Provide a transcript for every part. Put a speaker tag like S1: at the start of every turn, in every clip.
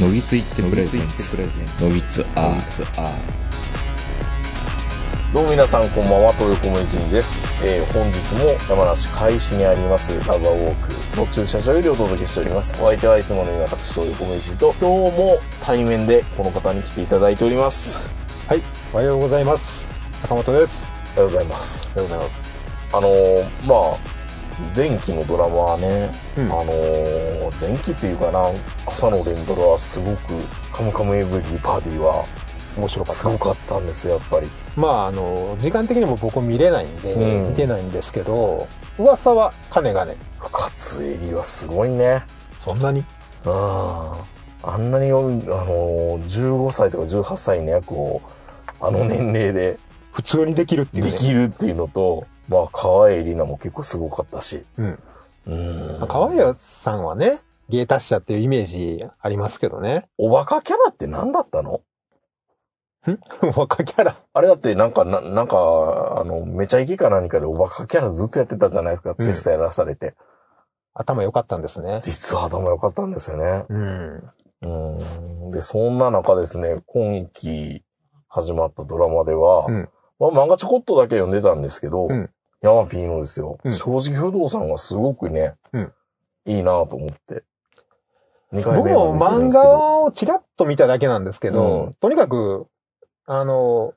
S1: のぎついってプレゼンツのぎつアー
S2: どうも皆さんこんばんは、豊子名人です。えー本日も山梨海市にあります、ラザウォークの駐車場よりお届けしております。お相手はいつものように私、豊子名人と、今日も対面でこの方に来ていただいております。
S3: はい、おはようございます。坂本です。
S2: ありがとうございます。
S3: おはようございます。
S2: あのーまあ、前期のドラマはね、
S3: うん
S2: あのー前期っていうかな、朝の連ドラはすごく、カムカムエヴリバディは、
S3: 面白かっ
S2: す
S3: た。
S2: ごかったんですよ、やっぱり。
S3: まあ、あの、時間的にも僕見れないんで、
S2: うん
S3: 見てないんですけど、噂はかねがね。
S2: 深津絵里はすごいね。
S3: そんなに
S2: あああんなによあの15歳とか18歳の役をあの年齢で
S3: 普通にできるっていう
S2: で
S3: ね。
S2: きるっていうのと、まあ川栄里奈も結構すごかったし
S3: うん。
S2: うん
S3: 川栄さんはね、芸達者っていうイメージありますけどね。
S2: おバカキャラって何だったの
S3: 若キャラ。
S2: あれだってなんかななんかあのめちゃイケか何かでおバカキャラずっとやってたじゃないですか、
S3: うん
S2: テストやらされて
S3: 頭良かったんですね。
S2: 実は頭良かったんですよね
S3: うん。
S2: うんでそんな中ですね今期始まったドラマでは、
S3: うん
S2: まあ漫画ちょこっとだけ読んでたんですけど、
S3: うん
S2: ヤマピーのですよ、
S3: うん
S2: 正直不動産がすごくね、
S3: うん
S2: いいなと思って。二回
S3: 僕
S2: 目は
S3: も
S2: 見てるんで
S3: 漫
S2: すけど
S3: 画をちらっと見ただけなんですけど、
S2: うん
S3: とにかく、あの、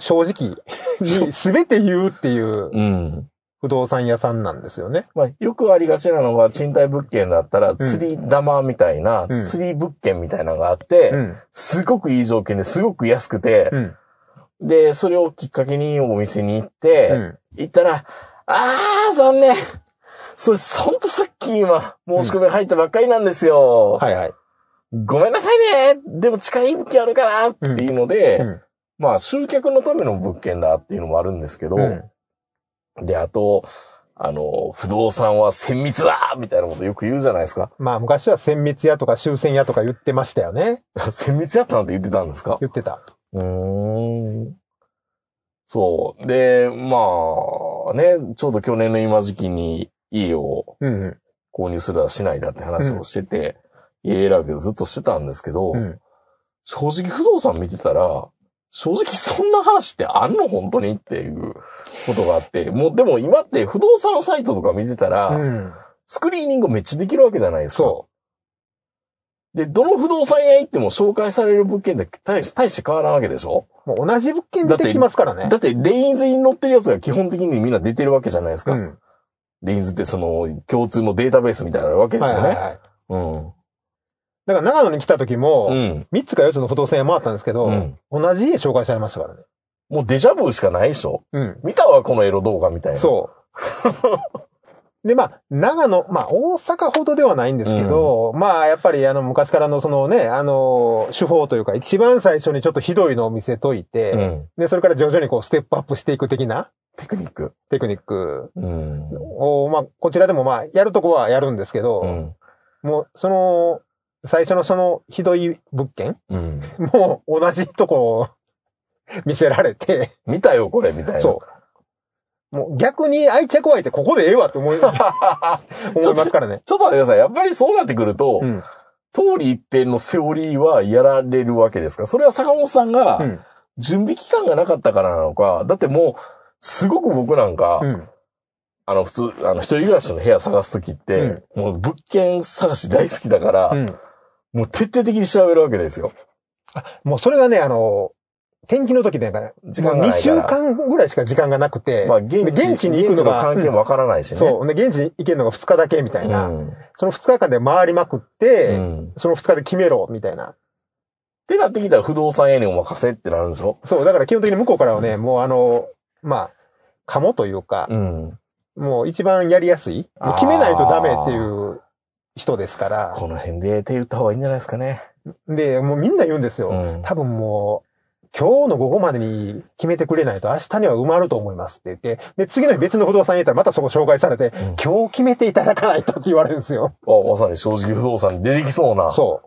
S3: 正直に全て言うっていう
S2: うん。
S3: 不動産屋さんなんですよね。
S2: まあ、よくありがちなのが、賃貸物件だったら、釣り玉みたいな、
S3: うん
S2: 釣り物件みたいなのがあって、
S3: うん。
S2: すごくいい条件ですごく安くて、
S3: うん。
S2: で、それをきっかけにお店に行って、
S3: うん。
S2: 行ったら、あー、残念。それ、ほんとさっき今、申し込み入ったばっかりなんですよ。
S3: はいはい。
S2: ごめんなさいね。でも近い物件あるからっていうので、
S3: うん
S2: まあ、集客のための物件だっていうのもあるんですけど、
S3: うん
S2: で、あと、あの、不動産は綿密だみたいなことよく言うじゃないですか。
S3: まあ昔は千密屋とか終戦屋とか言ってましたよね。
S2: 綿密やったなんて言ってたんですか
S3: 言ってた。
S2: うーん。そう。で、まあ、ね、ちょうど去年の今時期に家を
S3: うんうん。
S2: 購入するだしないだって話をしてて、家選びをずっとしてたんですけど、
S3: うん
S2: 正直不動産見てたら、正直そんな話ってあんの本当にっていうことがあって、もうでも今って不動産サイトとか見てたら、
S3: うん。
S2: スクリーニングめっちゃできるわけじゃないですか。。
S3: そう
S2: で、どの不動産屋行っても紹介される物件って大し大して変わらんわけでしょ
S3: もう同じ物件出てきますからね
S2: だ。ってレインズに載ってるやつが基本的にみんな出てるわけじゃないですか。
S3: うん。
S2: レインズってその共通のデータベースみたいなのがあるわけで
S3: は
S2: す
S3: い
S2: よ
S3: はい
S2: ね。
S3: はい。だから長野に来た時
S2: う
S3: も、
S2: ん。うん。
S3: 3つか4つの不動産屋回ったんですけど、
S2: うん
S3: 同じ家紹介されましたからね。
S2: もうデジャブしかないでしょ
S3: うん。
S2: 見たわ、このエロ動画みたいな。
S3: そう。で、まあ、長野、まあ、大阪ほどではないんですけど、まあ、やっぱり、あの、昔からの、そのね、あの、手法というか、一番最初にちょっとひどいのを見せといて、
S2: うん。
S3: で、それから徐々にこう、ステップアップしていく的な
S2: テクニック。
S3: テクニック
S2: うん。
S3: を、まあ、こちらでもまあ、やるとこはやるんですけ
S2: う
S3: ど、
S2: ん。
S3: もう、その、最初のその、ひどい物件
S2: うん。
S3: もう、同じとこを見せられて、
S2: 見たよ、これ、みたいな。
S3: そう。もう、逆に愛着湧いて、ここでええわって思 い、
S2: ちょ
S3: 思いますからね。
S2: っと待ってください。やっぱりそうなってくると、
S3: うん。
S2: 通り一遍のセオリーはやられるわけですかそれは坂本さん
S3: う
S2: が、
S3: ん。
S2: 準備期間がなかったからなのか、だってもう、すごく僕なんか、
S3: うん。
S2: あの、普通、あの、一人暮らしの部屋探すときって、もう物件探し大好きだから、
S3: うん。
S2: もう徹底的に調べるわけですよ。
S3: もうそれがね、あの、天気の時でなんか、
S2: 時間が
S3: 2
S2: ないか
S3: 週
S2: ら。
S3: 間ぐらいしか時間がなくて、
S2: まあ、現地、
S3: で現地に行くのが
S2: 現地関係もわからないしね。
S3: そう。で、現地に行けるのが2日だけみたいな、
S2: うん
S3: その2日間で回りまくって、
S2: うん
S3: その2日で決めろ、みたいな。
S2: ってなってきたら不動産屋にお任せってなるんでしょ
S3: そう、だから基本的に向こうからはね、もうあの、まあ、かもというか、
S2: ん。
S3: もう一番やりやすい。
S2: あー
S3: 決めないとダメっていう人ですから。
S2: この辺で手打った方がいいんじゃないですかね。
S3: で、もうみんな言うんですよ。
S2: うん
S3: 多分もう、今日の午後までに決めてくれないと明日には埋まると思いますって言って、で、次の日別の不動産屋行ったらまたそこ紹介され
S2: う
S3: て、
S2: ん
S3: 今日決めていただかないとって言われるんですよ。
S2: あまさに正直不動産に出てきそうな、
S3: そ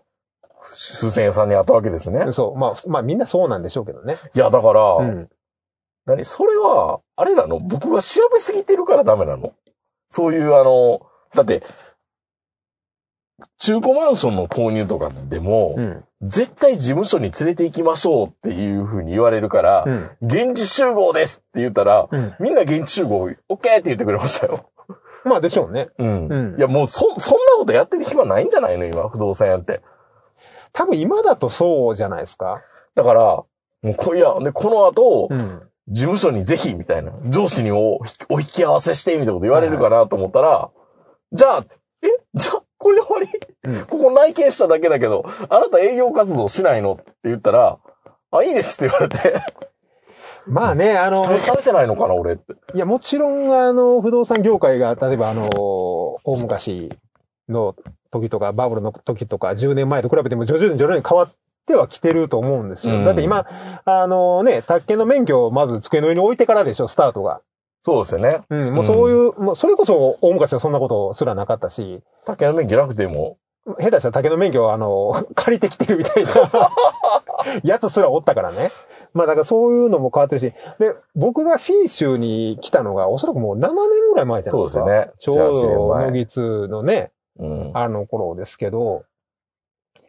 S2: 風船屋さんにあったわけですね
S3: う。。そう。まあ、まあみんなそうなんでしょうけどね。
S2: いや、だから、
S3: うん。
S2: 何それは、あれなの僕が調べすぎてるからダメなのそういう、あの、だって、中古マンションの購入とかでも、
S3: うん。
S2: 絶対事務所に連れて行きましょうっていうふうに言われるから、
S3: うん。
S2: 現地集合ですって言ったら、
S3: うん。
S2: みんな現地集合、OK って言ってくれましたよ。
S3: まあでしょうね。
S2: うん
S3: うん
S2: いや、もうそ、そんなことやってる暇ないんじゃないの今、不動産屋って。
S3: 多分今だとそうじゃないですか。
S2: だから、もうこ、いや、で、この後、
S3: うん。
S2: 事務所にぜひ、みたいな、上司にお、お引き合わせして、みたいなこと言われるかなと思ったら、じゃあ、えじゃあ、これで終わり、
S3: うん
S2: ここ内見しただけだけど、あなた営業活動しないのって言ったら、あ、いいですって言われて、
S3: まあね、あ
S2: 期
S3: の、
S2: 待されてないのかな、俺って。
S3: いや、もちろん、あの、不動産業界が、例えば、あの、大昔の時とか、バブルの時とか、10年前と比べても、徐々に徐々に変わってはきてると思うんですよ。
S2: うん
S3: だって今、あのね、宅建の免許をまず机の上に置いてからでしょ、スタートが。
S2: そうですよね。
S3: うん、もうそういう、もうそれこそ大昔はそんなことすらなかったし、
S2: 竹の免許なくても、
S3: 下手したら竹の免許をあの、 借りてきてるみたいな やつすらおったからね。まあだからそういうのも変わってるし、で、僕が信州に来たのがおそらくもう7年ぐらい前じゃない
S2: そう
S3: で
S2: ですす
S3: か。
S2: よね。
S3: ちょう
S2: 幸せ
S3: ど、
S2: 年
S3: 野
S2: 前
S3: 木津のね、
S2: うん。
S3: あの頃ですけど、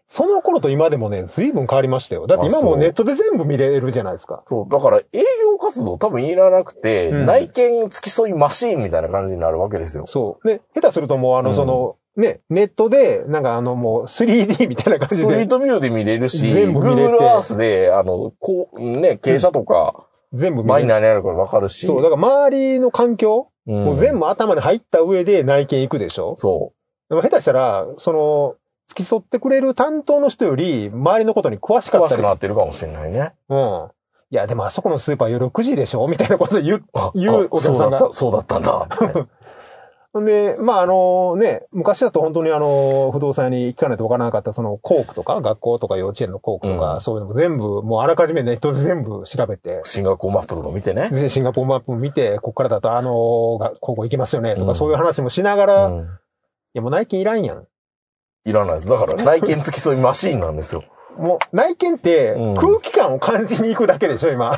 S3: その頃と今でもね、随分変わりましたよ。だって
S2: あ
S3: 今
S2: そ
S3: も
S2: う
S3: うネットで全部見れるじゃないですか。
S2: そう、だから営業活動多分いらなくて、
S3: うん
S2: 内見付き添いマシーンみたいな感じになるわけですよ。
S3: そう。で、下手するともうあ
S2: う
S3: の、
S2: ん
S3: その、ね、ネットで、なんかあのもう 3D みたいな感
S2: ス
S3: じ
S2: トリー
S3: で、
S2: トビューで見れるし、
S3: 全部見れて
S2: Google Earth で、あの、こう、ね、傾斜とか、
S3: 全部見
S2: 前に
S3: れる。
S2: 何あるかわかるし。
S3: そう、だから周りの環境、
S2: うん
S3: もう全部頭に入った上で内見行くでしょ
S2: そ
S3: でも下手したら、その、付き添ってくれる担当の人より、周りのことに詳し
S2: う。
S3: かっ
S2: 詳
S3: た
S2: しく
S3: り。
S2: なってるかもしれないね。
S3: うん。いや、でもあそこのスーパー夜6時でしょみたいなこと言う。
S2: あ
S3: 言う
S2: あ
S3: お客さ
S2: そう
S3: んが
S2: だった、そうだったん だ。
S3: んで、まあ、あのね、昔だと本当にあの、不動産屋に行かないとわからなかった、その校区とか、学校とか幼稚園の校区とか、
S2: うん
S3: そういうのも全部、もうあらかじめネットで全部調べて、
S2: シンガポールマップとか見てね。
S3: でシンガポールマップ見て、こっからだとあのが、高校行きますよね、とか、
S2: うん
S3: そういう話もしなが
S2: う
S3: ら、い
S2: ん
S3: や、もう内見いらんやん。
S2: いらないです。だから内見付き添いマシーンなんですよ。
S3: もう、内見って
S2: うん、
S3: 空気感を感じに行くだけでしょ、今。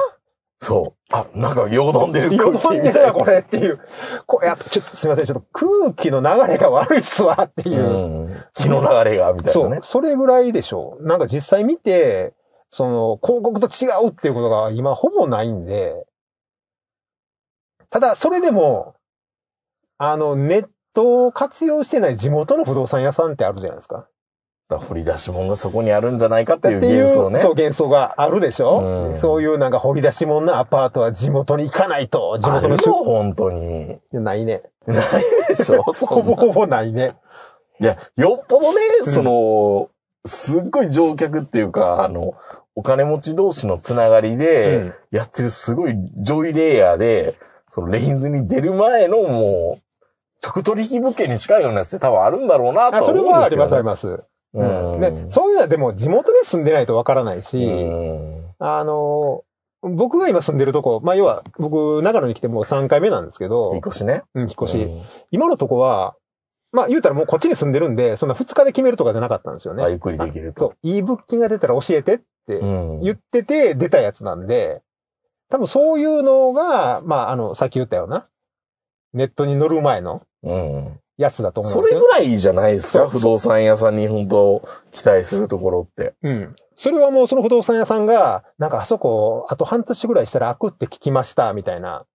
S2: そう。あ、なんかよどんでる
S3: 喜
S2: 空気
S3: ん
S2: み
S3: でる
S2: たい
S3: わ、
S2: な。
S3: これっていう。こう、いや、ちょっとすいません、ちょっと空気の流れが悪いっすわ、っていうう。
S2: ん。気の流れが、みたい
S3: そ
S2: なね
S3: う。。それぐらいでしょう。なんか実際見て、その、広告と違うっていうことが今ほぼないんで、ただ、それでも、あの、ネットを活用してない地元の不動産屋さんってあるじゃないですか。
S2: だから振り出し物がそこにあるんじゃないかっていう
S3: っていう、
S2: 幻想ね。
S3: そう、幻想があるでしょ、
S2: うん
S3: そういうなんか掘り出し物のアパートは地元に行かないと、地
S2: ある
S3: 元の
S2: よ
S3: 人、
S2: 本当に。
S3: いやないね。
S2: ないでし ょそ
S3: ほ
S2: ん
S3: ぼ
S2: な。
S3: ほぼないね。
S2: いや、よっぽどね、
S3: ん
S2: その、すっごい乗客っていうか、あの、お金持ち同士のつながりで、やってるすごい上位レイヤーで、そのレインズに出る前のもう、直取引物件に近いようなやつって多分あるんだろうなと
S3: あ、
S2: は
S3: それ
S2: 思うん
S3: は
S2: で
S3: あ
S2: すけ
S3: り
S2: ど、
S3: ます、あり
S2: ね。
S3: ます。
S2: うん
S3: で、そういうのはでも地元に住んでないとわからないし、
S2: うん
S3: あの、僕が今住んでるとこ、まあ、要は、僕、長野に来てもう3回目なんですけ
S2: 引っ
S3: ど、
S2: 越しね。
S3: うん、引っ越し。
S2: うん
S3: 今のとこは、まあ、言うたらもうこっちに住んでるんで、そんな2日で決めるとかじゃなかったんですよ
S2: まあ
S3: ね。
S2: ゆっくりできる
S3: そ
S2: と。
S3: う、いい物件が出たら教えてって
S2: うん
S3: 言ってて出たやつなんで、多分そういうのが、まあ、あの、さっき言ったような、ネットに乗る前の
S2: うん
S3: やつだと思う
S2: そ
S3: んです
S2: れ
S3: よ
S2: ぐ。らいじゃないです
S3: そ
S2: か
S3: う
S2: 不動産屋さんに本当期待するところって。
S3: うん。それはもうその不動産屋さんが、なんかあそこ、あと半年ぐらいしたら開くって聞きました、みたいな。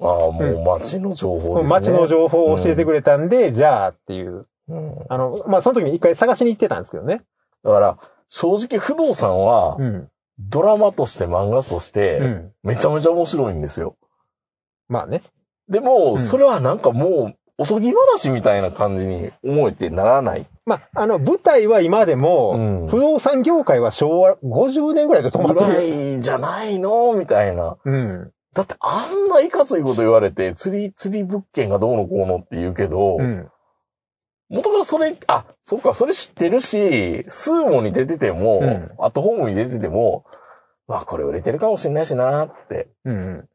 S2: ああ、も
S3: う
S2: う街の情報ですね。
S3: 街の情報を教えてくれたんで、じゃあっていう。
S2: うん
S3: あの、まあ、その時に一回探しに行ってたんですけどね。
S2: だから、正直不動産は
S3: う、ん。
S2: ドラマとして漫画とし
S3: う
S2: て、
S3: ん。
S2: めちゃめちゃ面白いんですよ。
S3: まあね。
S2: で
S3: う
S2: も、
S3: ん
S2: それはなんかもう、おとぎ話みたいな感じに思えてならない。
S3: まあ、あの、舞台は今でも、不
S2: 不
S3: 動産業界は昭和50年ぐらいで止
S2: 動
S3: まってる。
S2: 産じゃないのみたいな。
S3: うん。
S2: だってあんないかついこと言われて、釣り、釣り物件がどうのこうのって言うけど、
S3: うん。
S2: 元からそれ、あ、そっか、それ知ってるし、スーモに出てても、
S3: うん
S2: アットホームに出てても、まあこれ売れてるかもしれないしなって。
S3: うん。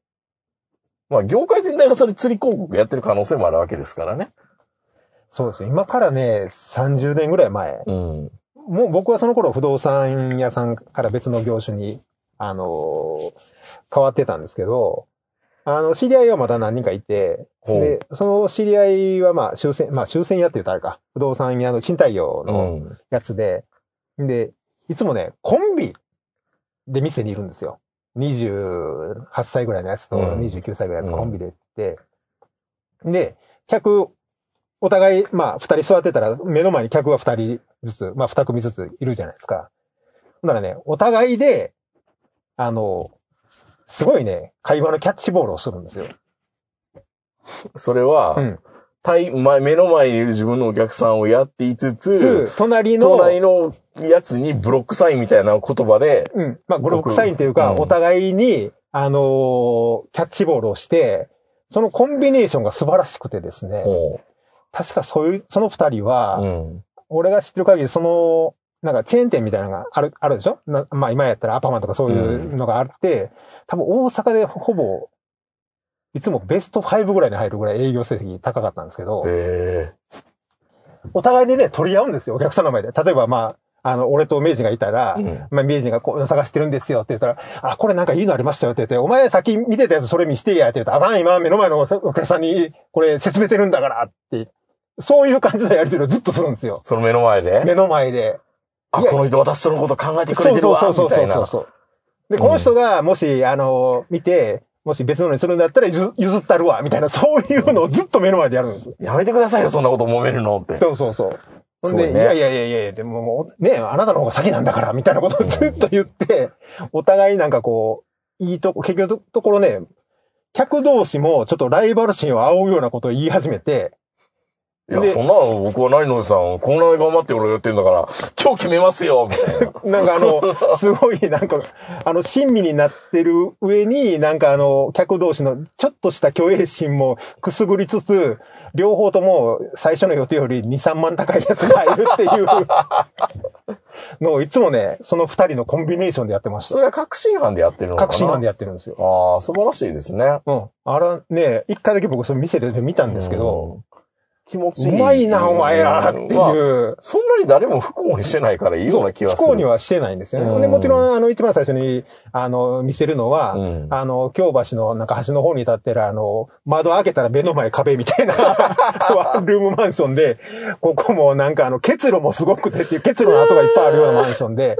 S2: まあ業界全体がそれ釣り広告やってる可能性もあるわけですからね。
S3: そうですよ。今からね、30年ぐらい前。
S2: うん。
S3: もう僕はその頃不動産屋さんから別の業種に、あのー変わってたんですけど、あの、知り合いはまた何人かいて、
S2: ほう。
S3: で、その知り合いはまあ、終戦、まあ、終戦屋って言ったらあれか、不動産屋の賃貸業
S2: う
S3: の
S2: ん。
S3: やつで、で、いつもね、コンビで店にいるんですよ。28歳ぐらいのやつと
S2: うん
S3: 29歳ぐらいのや
S2: う
S3: つ
S2: ん
S3: コンビで行って、で、客、お互い、まあ、二人座ってたら、目の前に客が二人ずつ、まあ、二組ずついるじゃないですか。ほんならね、お互いで、あの、すごいね、会話のキャッチボールをするんですよ。
S2: それは、
S3: うん
S2: 対前目の前にいる自分のお客さんをやっていつつ、
S3: 隣の、
S2: 隣のやつにブロックサインみたいな言葉で、
S3: うん。まあ、ゴルフサインというか、
S2: うん
S3: お互いに、あのーキャッチボールをして、そのコンビネーションが素晴らしくてですね、
S2: ほ
S3: 確かそういう、その二人は、
S2: ううん。
S3: 俺が知ってる限り、その、なんかチェーン店みたいなのがある、あるでしょなまあ今やったらアパマンとかそういうのがあって、多分大阪でほぼ、いつもベスト5ぐらいに入るぐらい営業成績高かったんですけど、
S2: え
S3: お互いでね、取り合うんですよ、お客さんの前で。例えばまあ、あの、俺と明治がいたら、
S2: えうん
S3: まあ、名人がこう探してるんですよって言ったら、あ、これなんかいいのありましたよって言って、お前先見てたやつそれ見してやって言ったら、あかん、今目の前のお客さんにこれ説明してるんだからって、そういう感じのやりとりをずっとするんですよ。
S2: その目の前で、
S3: 目の前で。
S2: あ、
S3: いや
S2: この人私とのこと考えてくれ
S3: そう
S2: てるわ、
S3: そうそ
S2: み
S3: うそ
S2: た
S3: う
S2: い
S3: そう
S2: な。
S3: そう。で、
S2: うん
S3: この人がもし、あの、見て、もし別のにするんだったら譲譲ったるわ、みたいな、そういうのをずっと目の前でやるんです。
S2: やめてくださいよ、そんなこと揉めるのって。
S3: そうそうそう。ほん
S2: そ
S3: で、
S2: う
S3: い
S2: ね
S3: やいやいやいやでももう、ね、あなたの方が先なんだから、みたいなことをずっと言って、お互いなんかこう、いいとこ、結局のところね、客同士もちょっとライバル心を煽るようなことを言い始めて、
S2: いや、
S3: で
S2: そんなの僕は何のさん、こんなに頑張って俺やってんだから、今日決めますよみ たいな。
S3: なんかあの、すごいなんか、あの、親身になってる上に、なんかあの、客同士のちょっとした虚栄心もくすぐりつつ、両方とも最初の予定より2、3万高いやつがいるっていうのをいつもね、その2人のコンビネーションでやってました
S2: そ。れは確信犯でやってるのかな
S3: 確信犯で
S2: や
S3: やってるんですよ。
S2: ああ、素晴らしいですね。
S3: うん。あらね、一回だけ僕それ店で見たんですけど、
S2: うん、気持ちいう
S3: まいな、お前らっていう。
S2: まあそんなに誰も不幸にしてないからいいような気
S3: 不
S2: がする。
S3: 幸にはしてないんですよね。
S2: うん
S3: で、もちろん、あの、一番最初に、あの、見せるのは、
S2: うん
S3: あの、京橋のなんか橋の方に立ってる、あの、窓開けたら目の前壁 みたいな、ワンルームマンションで、ここもなんかあの、結露もすごくてっていう、結露の跡がいっぱいあるようなマンションで、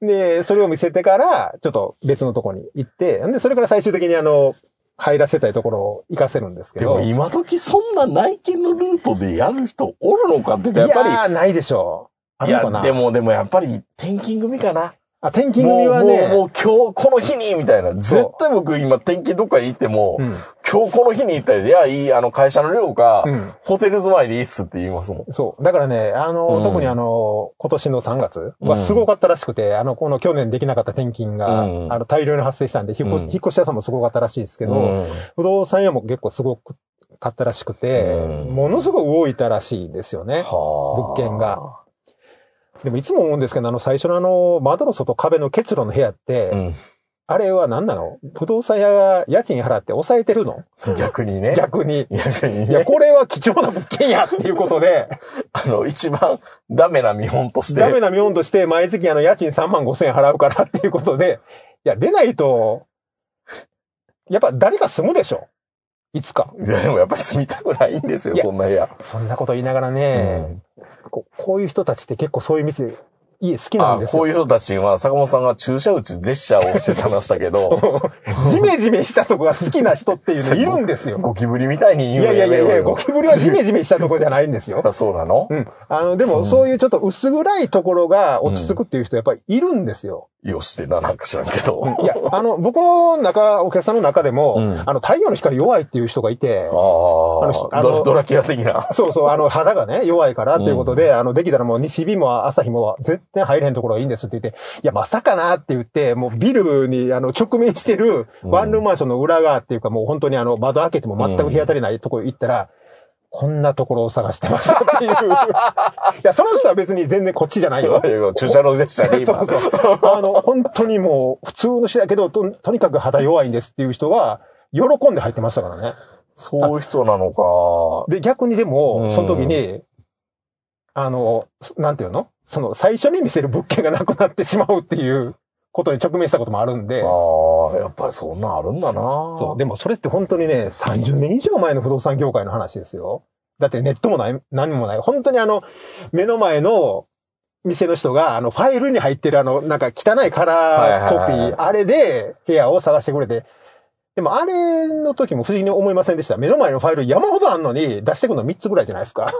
S3: で、それを見せてから、ちょっと別のとこに行って、で、それから最終的にあの、入らせたいところを行かせるんですけ
S2: で
S3: ど。
S2: も今時そんな内見のルートでやる人おるのかって言ったら
S3: い
S2: やっ
S3: やー、ないでしょう。
S2: ぱ
S3: あ
S2: り、
S3: るのか
S2: いや、
S3: な
S2: でもでもやっぱり転勤組かな。
S3: あ、転勤組
S2: もう
S3: は
S2: もうもう
S3: ね、
S2: 今日この日にみたいな。
S3: そう
S2: 絶対僕今転勤どっかに行っても、
S3: うん。
S2: 今日この日に行ったら、いや、いい、あの会社の寮か、
S3: うん。
S2: ホテル住まいでいいっすって言いますもん。
S3: そう。だからね、あの、
S2: うん
S3: 特にあの、今年の3月
S2: う
S3: は
S2: ん
S3: すごかったらしくて、あの、この去年できなかった転勤が、
S2: うん
S3: あの、大量に発生したんで、引っ越し、
S2: うん
S3: 引っ越し屋さんもすごかったらしいですけど、
S2: うん
S3: 不動産屋も結構すごくかったらしくて、
S2: うん
S3: ものすごく動いたらしいんですよ
S2: は
S3: ね。
S2: あ
S3: 物件が。でもいつも思うんですけど、あの、最初のあの、窓の外壁の結露の部屋って、
S2: うん
S3: あれは何なの不動産屋が家賃払って抑えてるの
S2: 逆にね。
S3: 逆に。
S2: 逆に
S3: いや、
S2: ね。
S3: これは貴重な物件やっていうことで、
S2: あの、一番ダメな見本として。
S3: ダメな見本として毎月あの家賃3万5千円払うからっていうことで、いや、出ないと、やっぱ誰か住むでしょいつか。
S2: いや、でもやっぱり住みたくないんですよ、
S3: いや
S2: そんな部屋。
S3: そんなこと言いながらね、ここういう人たちって結構そういう店、いい、好き
S2: うん
S3: なん
S2: あ
S3: です
S2: こ
S3: よ
S2: う。いう人たちは、坂本さんが注射打ちジェスチャーをしてたましたけど、
S3: ジメジメしたとこが好きな人 っていうのいるんで すよ。
S2: ゴキブリみたいに
S3: い
S2: 言うの
S3: やいやいやい
S2: め
S3: や、
S2: ようよ
S3: ゴキブリはジメジメしたとこじゃないんですよ。
S2: あそうなの
S3: うん。あの、でも、そういうちょっと薄暗いところが落ち着くっていう人やっぱりいるんですよ。
S2: よしてな、なんか知らんけど。
S3: いや、あの、僕の中、お客さんの中でも、
S2: うん
S3: あの、太陽の光弱いっていう人がい
S2: あ、
S3: て
S2: あ
S3: あの
S2: ドラ、ドラキュラ的な。
S3: そうそう、あの、肌がね、弱いからっていうことで、あの、できたらもう西日も朝日も絶対入れへんところがいいんですって言って、いや、まさかなって言って、もうビルに、あの、直面してるワンルームマンションの裏側っていうか、もう本当にあの、窓開けても全く日当たりないところ行ったら、こんなところを探してましたっていう。いや、その人は別に全然こっちじ ゃないよ。
S2: 注射のジェスチャーで今。
S3: そうそう。あの、本当にもう、普通の人だけどと、とにかく肌弱いんですっていう人が、喜んで入ってましたからね。
S2: そういう人なのか。
S3: で、逆にで
S2: う
S3: も、
S2: ん
S3: その時に、あの、すなんていうのその、最初に見せる物件がなくなってしまうっていうことに直面したこともあるんで、
S2: ああ、やっぱりそんなんあるんだな。
S3: そう。でもそれって本当にね、30年以上前の不動産業界の話ですよ。だってネットもない、何もない。本当にあの、目の前の店の人が、あの、ファイルに入ってるあの、なんか汚いカラーコ
S2: はい
S3: ピ
S2: はいはい
S3: ー、あれで部屋を探してくれて。でもあれの時も不思議に思いませんでした。目の前のファイル山ほどあんのに、出してくるの3つぐらいじゃないですか。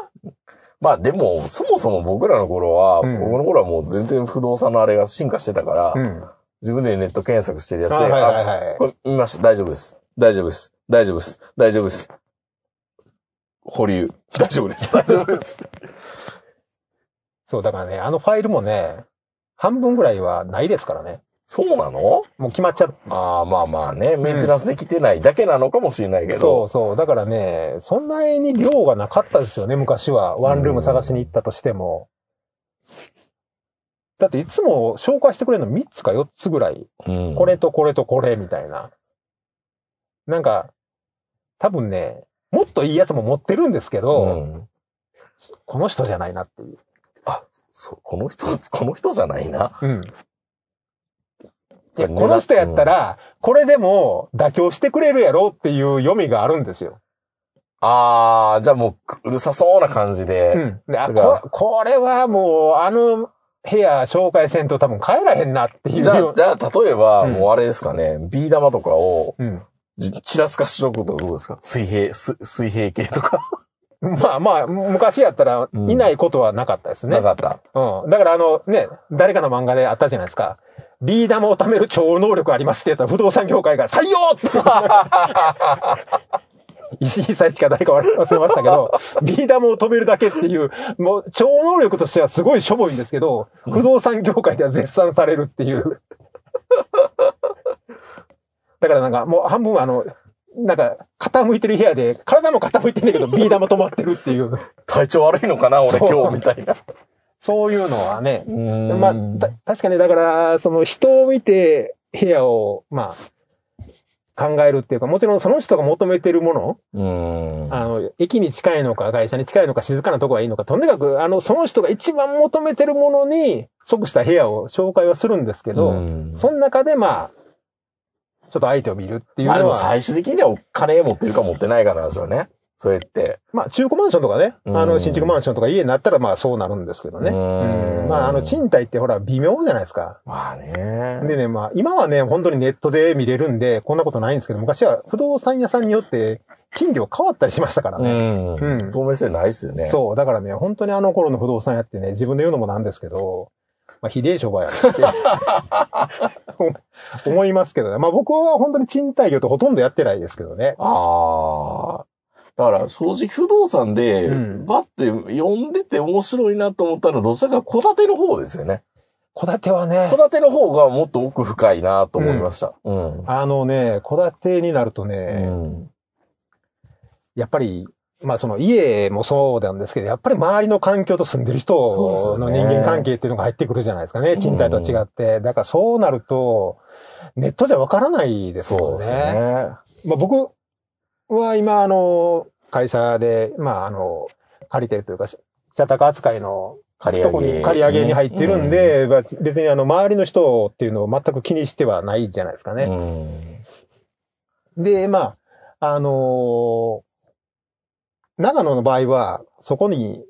S2: まあでも、そもそも僕らの頃は、
S3: うん
S2: 僕の頃はもう全然不動産のあれが進化してたから、
S3: ん。あ
S2: 自分でネット検索してるやつで、
S3: はいはい
S2: あ
S3: はいはい。
S2: これ見ました。大丈夫です。大丈夫です。大丈夫です。大丈夫です。保留。大丈夫 です。大丈夫です。
S3: そう、だからね、あのファイルもね、半分ぐらいはないですからね。
S2: そうなの
S3: もう決まっちゃっ
S2: ああ、まあまあね。メンテナンスできてないだけなのかもしれないけ
S3: そ
S2: ど。
S3: うそう。だからね、そんなに量がなかったですよね、昔は。ワンルーム探しに行ったとしても。だっていつも紹介してくれるの3つか4つぐらい。
S2: うん
S3: これとこれとこれみたいな。なんか、多分ね、もっといいやつも持ってるんですけど、
S2: うん
S3: この人じゃないなっていう。
S2: そうこの人、この人じゃないな。
S3: うん。いやこの人やったら、これでも妥協してくれるやろっていう読みがあるんですよ。
S2: ああ、じゃあもう、うるさそうな感じ
S3: う
S2: で。
S3: ん。で、あ、
S2: だから
S3: ここれはもう、あの部屋紹介せんと多分帰らへんなってい う。
S2: じゃあ、じゃあ、例えば、
S3: うん
S2: もうあれですかね、ビー玉とかを、
S3: うん。
S2: じちらすかしとくとどうですか水平、す水平系とか。
S3: まあまあ、昔やったら
S2: うん
S3: いないことはなかったですね。
S2: なかった。
S3: うん。だからあのね、誰かの漫画であったじゃないですか。ビー玉を貯める超能力ありますって言ったら不動産業界が採用 って石井久一か誰か忘れましたけど、ビー玉を止めるだけっていう、もう超能力としてはすごいしょぼいんですけど、不動産業界では絶賛されるっていう。だからなんかもう半分あの、なんか傾いてる部屋で、体も傾いてんだけどビー玉止まってるっていう、
S2: 体調悪いのかな俺
S3: そう
S2: 今日みたいな。
S3: そういうのはね、ま
S2: ま
S3: あ、た、確かに、だから、その人を見て部屋を、まあ、考えるっていうか、もちろんその人が求めてるもの、
S2: うん。
S3: あの、駅に近いのか、会社に近いのか、静かなとこがいいのか、とにかく、あの、その人が一番求めてるものに即した部屋を紹介はするんですけど、
S2: うん
S3: その中で、まあ、ちょっと相手を見るっていう
S2: まあで
S3: の
S2: も
S3: は、
S2: 最終的にはお金持ってるか持ってないかなんですよね。それって。
S3: まあ、中古マンションとかね、あ
S2: う
S3: の、
S2: ん
S3: 新築マンションとか家になったら、まあ、そうなるんですけどね。
S2: うん
S3: うんまあ、あの、賃貸ってほら、微妙じゃないですか。
S2: まあね。
S3: でね、まあ、今はね、本当にネットで見れるんで、こんなことないんですけど、昔は不動産屋さんによって、賃料変わったりしましたから
S2: う
S3: ね。
S2: ん
S3: うん
S2: 透明性ないっすよね。
S3: そう、だからね、本当にあの頃の不動産屋ってね、自分で言うのもなんですけど、まあ、ひでえ商売や なって思いますけどね。まあ、僕は本当に賃貸業とほとんどやってないですけどね。
S2: ああ。だから、正直不動産で
S3: うん、
S2: バって読んでて面白いなと思ったのは、どちらか戸建ての方ですよね。
S3: 戸建てはね
S2: 戸、建ての方がもっと奥深いなと思いました。うん。
S3: あのね、戸建てになると
S2: う
S3: ね、
S2: ん
S3: やっぱり、まあその家もそうなんですけど、やっぱり周りの環境と住んでる人
S2: そうですよ
S3: の
S2: ね
S3: 人間関係っていうのが入ってくるじゃないですかね。賃貸とは違って。だからそうなると、ネットじゃわからないです
S2: そ
S3: よ
S2: う
S3: ね。
S2: ですね。
S3: まあ僕は今、あの、会社で、まああの、借りてるというか、社宅扱いの
S2: 借
S3: とこに借り上げに入ってるん、で、まあ別にあの周りの人っていうのを全く気にしてはないじゃないですかね。
S2: うん
S3: で、まあ、あのー長野の場合は、そこに、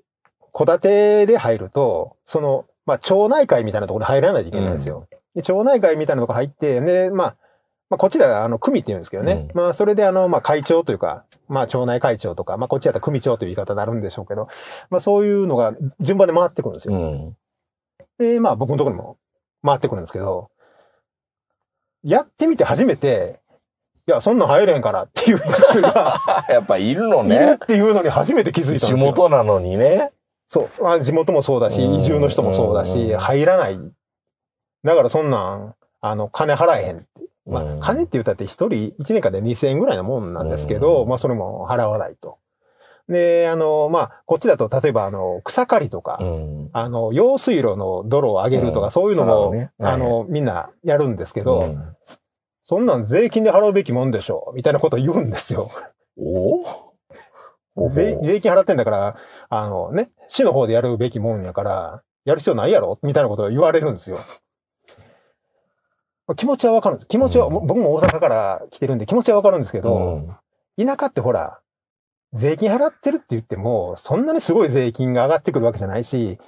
S3: 戸建てで入ると、その、まあ、町内会みたいなところに入らないといけないんですよ。で町内会みたいなところ入って、で、まあ、まあ、こっちでは、あの、組って言うんですけどね。
S2: う
S3: まあ、それで、あの、まあ、会長というか、まあ、町内会長とか、まあ、こっちやったら組長という言い方になるんでしょうけど、まあ、そういうのが順番で回ってくるんです
S2: う
S3: よ。
S2: ん。
S3: で、まあ、僕のところにも回ってくるんですけど、やってみて初めて、いや、そんなん入れへんからっていうやつが、
S2: あやっぱいるの
S3: い る
S2: ね。
S3: っていうのに初めて気づいたんです
S2: 地
S3: よ。
S2: 元なのにね。
S3: そう。あ地元もそうだし、
S2: うん
S3: 移住の人もそうだし、
S2: うん
S3: 入らない。だからそんなん、あの、金払えへん。ま
S2: う
S3: あ、
S2: ん
S3: 金って言ったって一人、一年間で2000円ぐらいのもんなんですけど、
S2: うん
S3: まあ、それも払わないと。で、あの、まあ、こっちだと、例えば、あの、草刈りとか、
S2: うん
S3: あの、用水路の泥を上げるとか、
S2: うん
S3: そういうの
S2: そうだ
S3: も、
S2: ねはい
S3: あの、みんなやるんですけど、
S2: うん
S3: そんなん税金で払うべきもんでしょう、みたいなことを言うんですよ。
S2: おお
S3: 税税金払ってんだから、あのね、市の方でや るべきもんやから、やる必要ないやろみたいなことを言われるんですよ。まあ気持ちはわかるんです。気持ちは、
S2: うん
S3: 僕も大阪から来てるんで気持ちはわかるんですけど、田舎ってほら、税金払ってるって言っても、そんなにすごい税金が上がってくるわけじゃないし、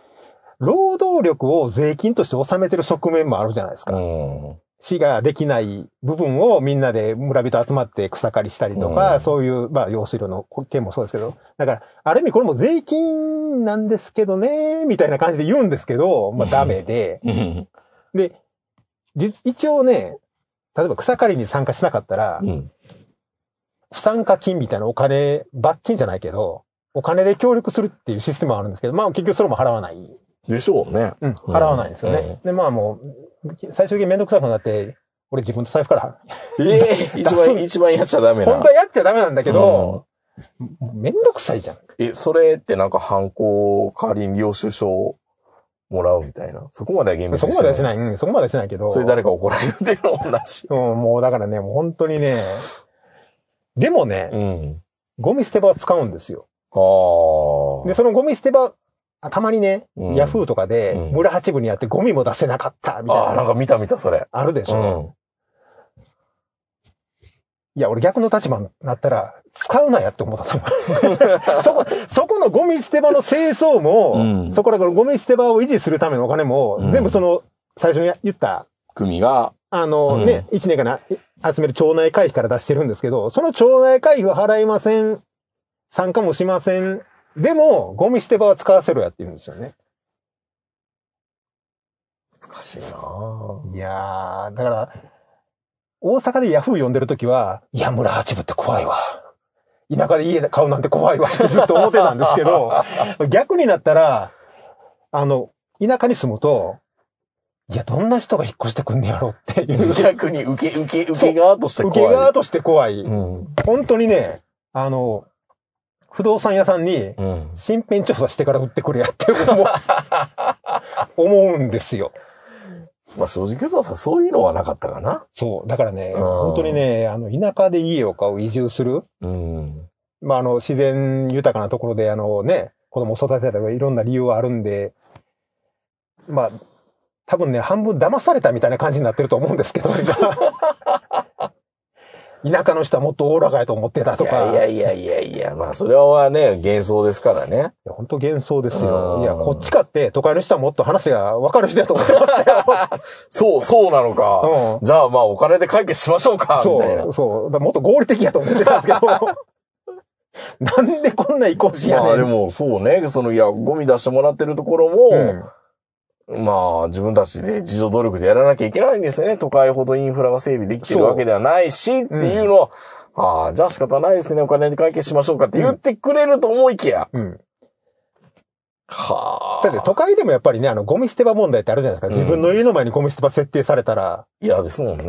S3: 労働力を税金として納めてる側面もあるじゃないですか。
S2: うん。
S3: 市ができない部分をみんなで村人集まって草刈りしたりとか、
S2: うん
S3: そういう、まあ、用水路の件もそうですけど、だから、ある意味これも税金なんですけどね、みたいな感じで言うんですけど、まあ、ダメで、
S2: うん。
S3: で、じ一応ね、例えば草刈りに参加しなかったら、
S2: うん。
S3: 不参加金みたいなお金、罰金じゃないけど、お金で協力するっていうシステムはあるんですけど、まあ結局それも払わない。
S2: でしょうね。
S3: うん、払わないんですよね。
S2: うん
S3: で、まあもう、最終的にめんどくさくなって、俺自分と財布から
S2: ええ一
S3: 出
S2: 番、一番やっちゃダメな。
S3: 本当はやっちゃダメなんだ
S2: け
S3: けど、、もうめんどくさいじゃん。
S2: え、それってなんか犯行、代わりに領収書をもらうみたいな。そこまでは厳密
S3: そこまではしない。うん、そこまではしないけど。
S2: それ誰か怒られるっていうのもなし。
S3: うん、もうだからね、もう本当にね。でもね、
S2: ん。
S3: ゴミ捨て場は使うんですよ。
S2: ああ。
S3: で、そのゴミ捨て場、あたまにね、
S2: うん
S3: ヤフーとかで
S2: うん、
S3: 村八部にあってゴミも出せなかった、みたい
S2: ああ、
S3: な
S2: なんか見た見た、それ。
S3: あるでし
S2: う
S3: ょ。
S2: ん。
S3: いや、俺逆の立場になったら、使うなやって思った多 分 そこ、そこのゴミ捨て場の清掃も、
S2: うん
S3: そこらからゴミ捨て場を維持するためのお金も、
S2: うん
S3: 全部その、最初に言った
S2: 組が、
S3: あの
S2: うん
S3: ね、一年かな、え集める町内会費から出してるんですけど、その町内会費は払いません。参加もしません。でも、ゴミ捨て場は使わせろやって言うんですよね。
S2: 難しいなぁ
S3: いやー、だから、大阪でヤフー呼んでるときは、いや、村八部って怖いわ。田舎で家買うなんて怖い わってずっと思ってたんですけど、逆になったら、あの、田舎に住むと、いや、どんな人が引っ越してくんねやろっていう、受
S2: 逆に受け、受け、受け側として怖い。
S3: け側として怖い。
S2: うん。
S3: 本当にね、あの、不動産屋さんに
S2: うん。
S3: 身辺調査してから売ってくれやって 思う思うんですよ。
S2: まあ正直言うとさ、そういうのはなかったかな。
S3: そう。だからね、
S2: うん
S3: 本当にね、あの、田舎で家を買う、移住する。
S2: うん。
S3: まあ、あの、自然豊かなところで、あのね、子供を育てたりとかいろんな理由はあるんで、まあ、多分ね、半分騙されたみたいな感じになってると思うんですけど、 今田舎の人はもっとおおらかやと思ってたと
S2: い
S3: か。
S2: やいやいやいやいや、まあそれはね、幻想ですからね。
S3: いや、本当幻想です
S2: う
S3: よ。
S2: ん
S3: いや、こっちかって、都会の人はもっと話が分かる人だと思ってました
S2: そう、そうなのか。
S3: よ。
S2: じゃあまあお金で解決しましょう
S3: う
S2: か
S3: ん。、
S2: みたいな
S3: そ。う、そう。だからもっと合理的やと思ってたんですけ ど。なんでこんな意向しや
S2: まあ
S3: ね
S2: で
S3: ん。
S2: もそうね、そのいや、ゴミ出してもらってるところ
S3: うん
S2: も、まあ自分たちで自助努力でやらなきゃいけないんですよね。都会ほどインフラが整備できてるわけではないし、っていうのは、ああ、じゃあ仕方ないですね、お金で解決しましょうかって言ってくれると思いきや。
S3: うん。
S2: はあ。
S3: だって都会でもやっぱりね、あの、ゴミ捨て場問題ってあるじゃないですか。自分の家の前にゴミ捨て場設定されたら、
S2: 嫌ですもんね。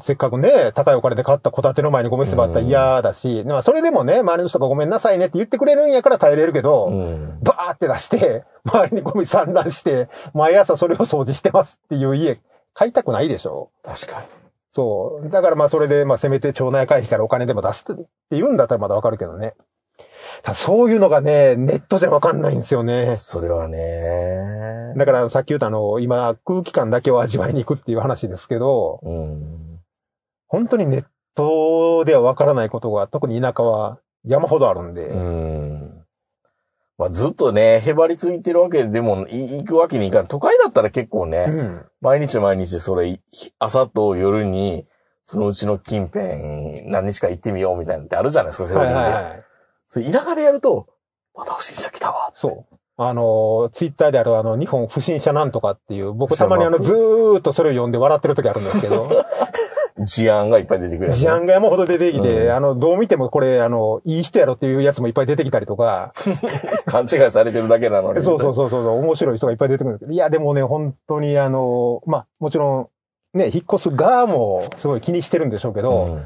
S3: せっかくね、高いお金で買った戸建ての前にゴミ捨て場あったら嫌だし、まあそれでもね、周りの人がごめんなさいねって言ってくれるんやから耐えれるけど、
S2: うん。
S3: バーって出して、周りにゴミ散乱して、毎朝それを掃除してますっていう家、買いたくないでしょ
S2: 確かに。
S3: そう。だからまあそれで、まあせめて町内会費からお金でも出すって言うんだったらまだわかるけどね。ただそういうのがね、ネットじゃわかんないんですよね。
S2: それはね。
S3: だからさっき言ったあの、今空気感だけを味わいに行くっていう話ですけど、
S2: うん。
S3: 本当にネットではわからないことが、特に田舎は山ほどあるんで。
S2: うん。まあずっとね、へばりついてるわけでもい、行くわけにいかない。都会だったら結構ね、
S3: うん。
S2: 毎日毎日それ、ひ朝と夜に、そのうちの近辺、何日か行ってみようみたいなのってあるじゃないですか、セロ
S3: は
S2: リ
S3: いはい
S2: で。
S3: はい。
S2: それ田舎でやると、また不審者来たわ。
S3: そう。あの、ツイッターであるあの、日本不審者なんとかっていう、僕
S2: 不審
S3: た
S2: 者マ
S3: ま
S2: ー
S3: にあ
S2: ク
S3: の、ずーっとそれを読んで笑ってる時あるんですけど、
S2: 事案がいっぱい出てくるやつね
S3: 事案が山ほど出てき
S2: うん
S3: て、あの、どう見てもこれ、あの、いい人やろっていうやつもいっぱい出てきたりとか、
S2: 勘違いされてるだけなの
S3: そう
S2: に。
S3: そうそうそうそう、面白い人がいっぱい出てくるんですけど、いや、でもね、本当にあの、まあ、もちろん、ね、引っ越す側もすごい気にしてるんでしょうけど、
S2: うん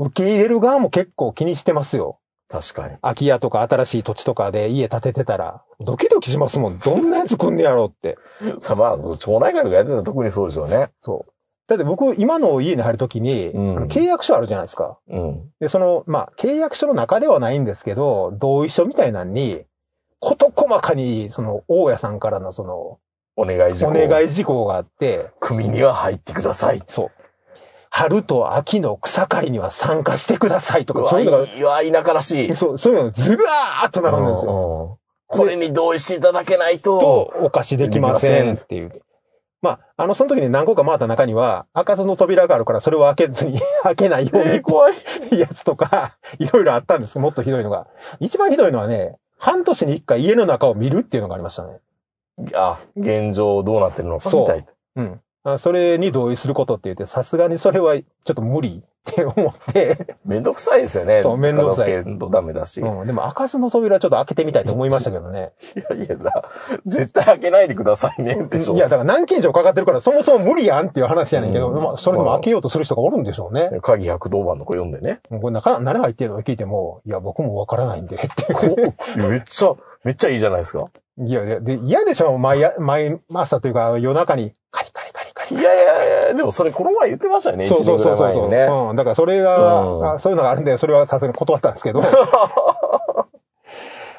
S3: 受け入れる側も結構気にしてますよ。
S2: 確かに。
S3: 空き家とか新しい土地とかで家建ててたら、ドキドキしますもん。どんなやつ来んねやろうって。
S2: さあまあ、そう町内会とかやってたら特にそうでしょうね。
S3: そう。だって僕、今の家に入るときに、
S2: うん
S3: あの契約書あるじゃないですか。
S2: うん。
S3: で、その、まあ、契約書の中ではないんですけど、同意書みたいなのに、こと細かに、その、大家さんからのその、
S2: お願い事項
S3: お願い事項があって、
S2: 組には入ってください。
S3: そう。春と秋の草刈りには参加してくださいと
S2: う
S3: か、
S2: わ
S3: そういうの
S2: いいわ田舎らしい
S3: が、。そう、そういうのずらーっと並んでるんですよ。
S2: よ。これに同意していただけない
S3: と
S2: と、、
S3: お貸しできませんっていう。まあ、あの、その時に何個か回った中には、開かずの扉があるから、それを開けずに、 開けないように
S2: 怖い。
S3: やつとか、いろいろあったんですもっとひどいのが。一番ひどいのはね、半年に一回家の中を見るっていうのがありましたね。
S2: あ、現状どうなってるのか
S3: そう
S2: みたいな。
S3: うん。あそれに同意することって言って、さすがにそれはちょっと無理 って思って、
S2: めんどくさいですよね。
S3: そうめんどくさい
S2: 片付けんとダメだし。
S3: うん。でも開かずの扉ちょっと開けてみたいと思いましたけどね。
S2: いやいやだ、絶対開けないでくださいねってしょ。
S3: いや、だから何件以上かかってるから、そもそも無理やんっていう話やねんけど、
S2: うん
S3: まあ、それでも開けようとする人がおるんでしょうね。
S2: 鍵110番の子読んでね。
S3: もうこれ中、何入ってるの聞いても、いや、僕もわからないんで、って。
S2: こめっちゃ、めっちゃいいじゃないですか。
S3: いや、いやで嫌でしょ毎夜、毎朝というか、夜中に、カリカリカリカ
S2: い
S3: リ。
S2: やいやいや、でもそれこの前言ってましたよね。
S3: そうそうそうそ
S2: 1
S3: う
S2: 年
S3: そ
S2: ぐ
S3: う、
S2: らい前にね。
S3: うん。だからそれが、
S2: うん
S3: あそういうのがあるんで、それはさすがに断ったんです けど。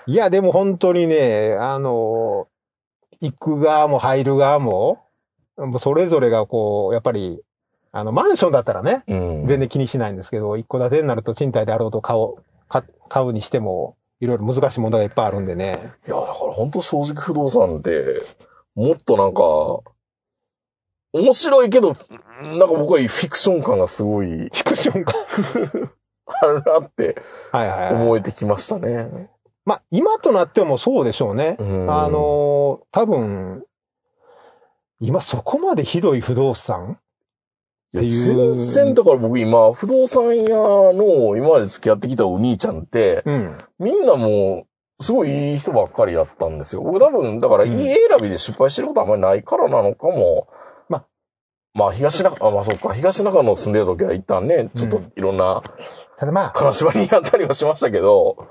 S3: いや、でも本当にね、あの、行く側も入る側も、もうそれぞれがこう、やっぱり、あの、マンションだったらね、
S2: うん。
S3: 全然気にしないんですけど、一戸建てになると賃貸であろうと買おう、か買うにしても、いろいろ難しい問題がいっぱいあるんでね。
S2: いや、だから本当正直不動産って、もっとなんか、面白いけど、なんか僕はフィクション感がすごい
S3: フィクションか。
S2: あるなって
S3: はいはいはい。
S2: 思えてきましたね。
S3: まあ、今となってはもうそうでしょうね。
S2: うん
S3: あ、のー多分、今そこまでひどい不動産
S2: いや
S3: っていう
S2: 全然だから僕今、不動産屋の今まで付き合ってきたお兄ちゃんって、
S3: うん。
S2: みんなもう、すごいいい人ばっかりだったんですよ。僕多分、だから
S3: うん
S2: 家選びで失敗してることあんまりないからなのかも。
S3: まあ、
S2: まあ東中、あまあそうか、東中野住んでる時は一旦ね、ちょっ
S3: う
S2: と
S3: ん
S2: いろんな
S3: ただまあ、
S2: 悲しみにあったりはしましたけど、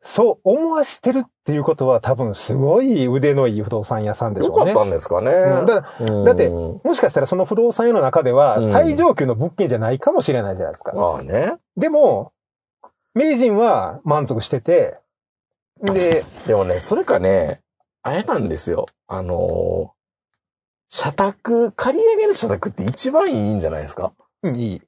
S3: そう思わしてるっていうことは多分すごい腕のいい不動産屋さんでし
S2: よ
S3: ょ
S2: か
S3: うね。
S2: ったんですかね。
S3: うんだから
S2: うん
S3: だってもしかしたらその不動産屋の中では
S2: うん
S3: 最上級の物件じゃないかもしれないじゃないですか。
S2: まあね。
S3: でも、名人は満足してて、で、
S2: でもね、それかね、あれなんですよ。あのー社宅、借り上げる社宅って一番いいんじゃないですか
S3: いい。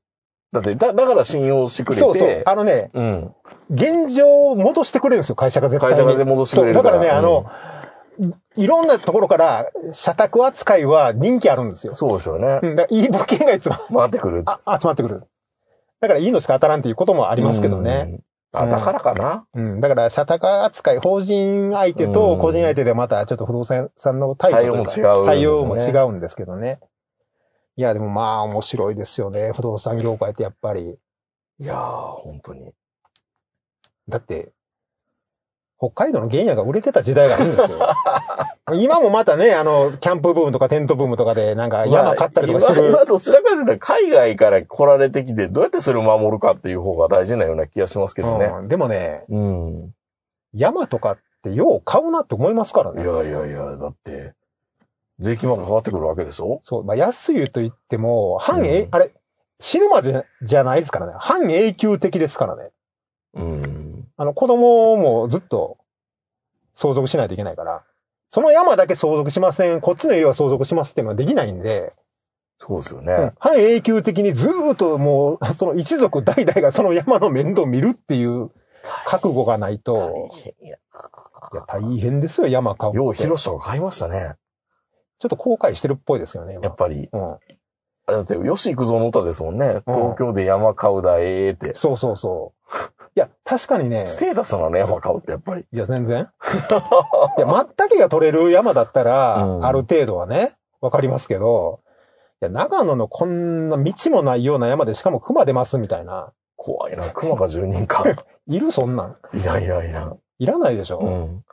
S2: だって、だ、だから信用してくれて。
S3: そうそう。あのね、
S2: うん。
S3: 現状を戻してくれるんですよ、会社が絶対
S2: 会
S3: に。
S2: 社が全部戻してくれる
S3: そうだからね、あの、いろんなところから、社宅扱いは人気あるんですよ
S2: うん。そうですよね
S3: う。ん、だからいい物件がいつも
S2: 回ってくる。あ
S3: あ集まってくる。だからいいのしか当たらんっていうこともありますけどね。。
S2: あ、だからかな。
S3: うん。だから、社宅扱い、法人相手
S2: う
S3: と
S2: ん
S3: 個人相手でまたちょっと不動産さんの態
S2: 対応
S3: 度
S2: も
S3: と
S2: 違
S3: いううか。
S2: んですね。
S3: 対応も違うんですけどね。いや、でもまあ面白いですよね。不動産業界ってやっぱり。
S2: いやー、本当に。
S3: だって、北海道の原野が売れてた時代があるんですよ。 今もまたね、あの、キャンプブームとかテントブームとかでなんか山買ったりとかして
S2: まあ
S3: る
S2: 今、。今どちらかというと海外から来られてきて、どうやってそれを守るかっていう方が大事なような気がしますけどね。
S3: うんでもね、
S2: うん。
S3: 山とかってよう買うなって思いますから
S2: い
S3: ね。
S2: やいやいや、だって、税金までかかってくるわけでしょ
S3: そう、まあ、安湯と言っても、半永、
S2: うん
S3: あれ、死ぬまでじゃないですからね。半永久的ですからね。
S2: うん。
S3: あの、子供もずっと相続しないといけないから、その山だけ相続しません、こっちの家は相続しますっていうのはできないんで、
S2: そうですよ
S3: うん
S2: ね。
S3: 半永久的にずーっともう、その一族代々がその山の面倒を見るっていう覚悟がないと、
S2: いや
S3: いや、大変ですよ、山買う
S2: よう、
S3: って。ちょっ
S2: 広島が買いましたね。
S3: と後悔してるっぽいですよね、
S2: やっ
S3: 今。
S2: ぱり。
S3: うん、
S2: あれだって、吉幾三の歌ですもんね。東京で山買うだ、ええって。
S3: そうそうそう。いや、確か にね、
S2: ステータスなのね山買うって、やっぱり。
S3: いや、全然。 いや、まったけが取れる山だったら、
S2: うん
S3: ある程度はね、わかりますけど、いや、長野のこんな道もないような山で、しかも熊出ますみたいな。
S2: 怖いな、熊が10人か。
S3: いるそんなん。
S2: いらんいらんいらん。
S3: いらないでしょ、
S2: うん。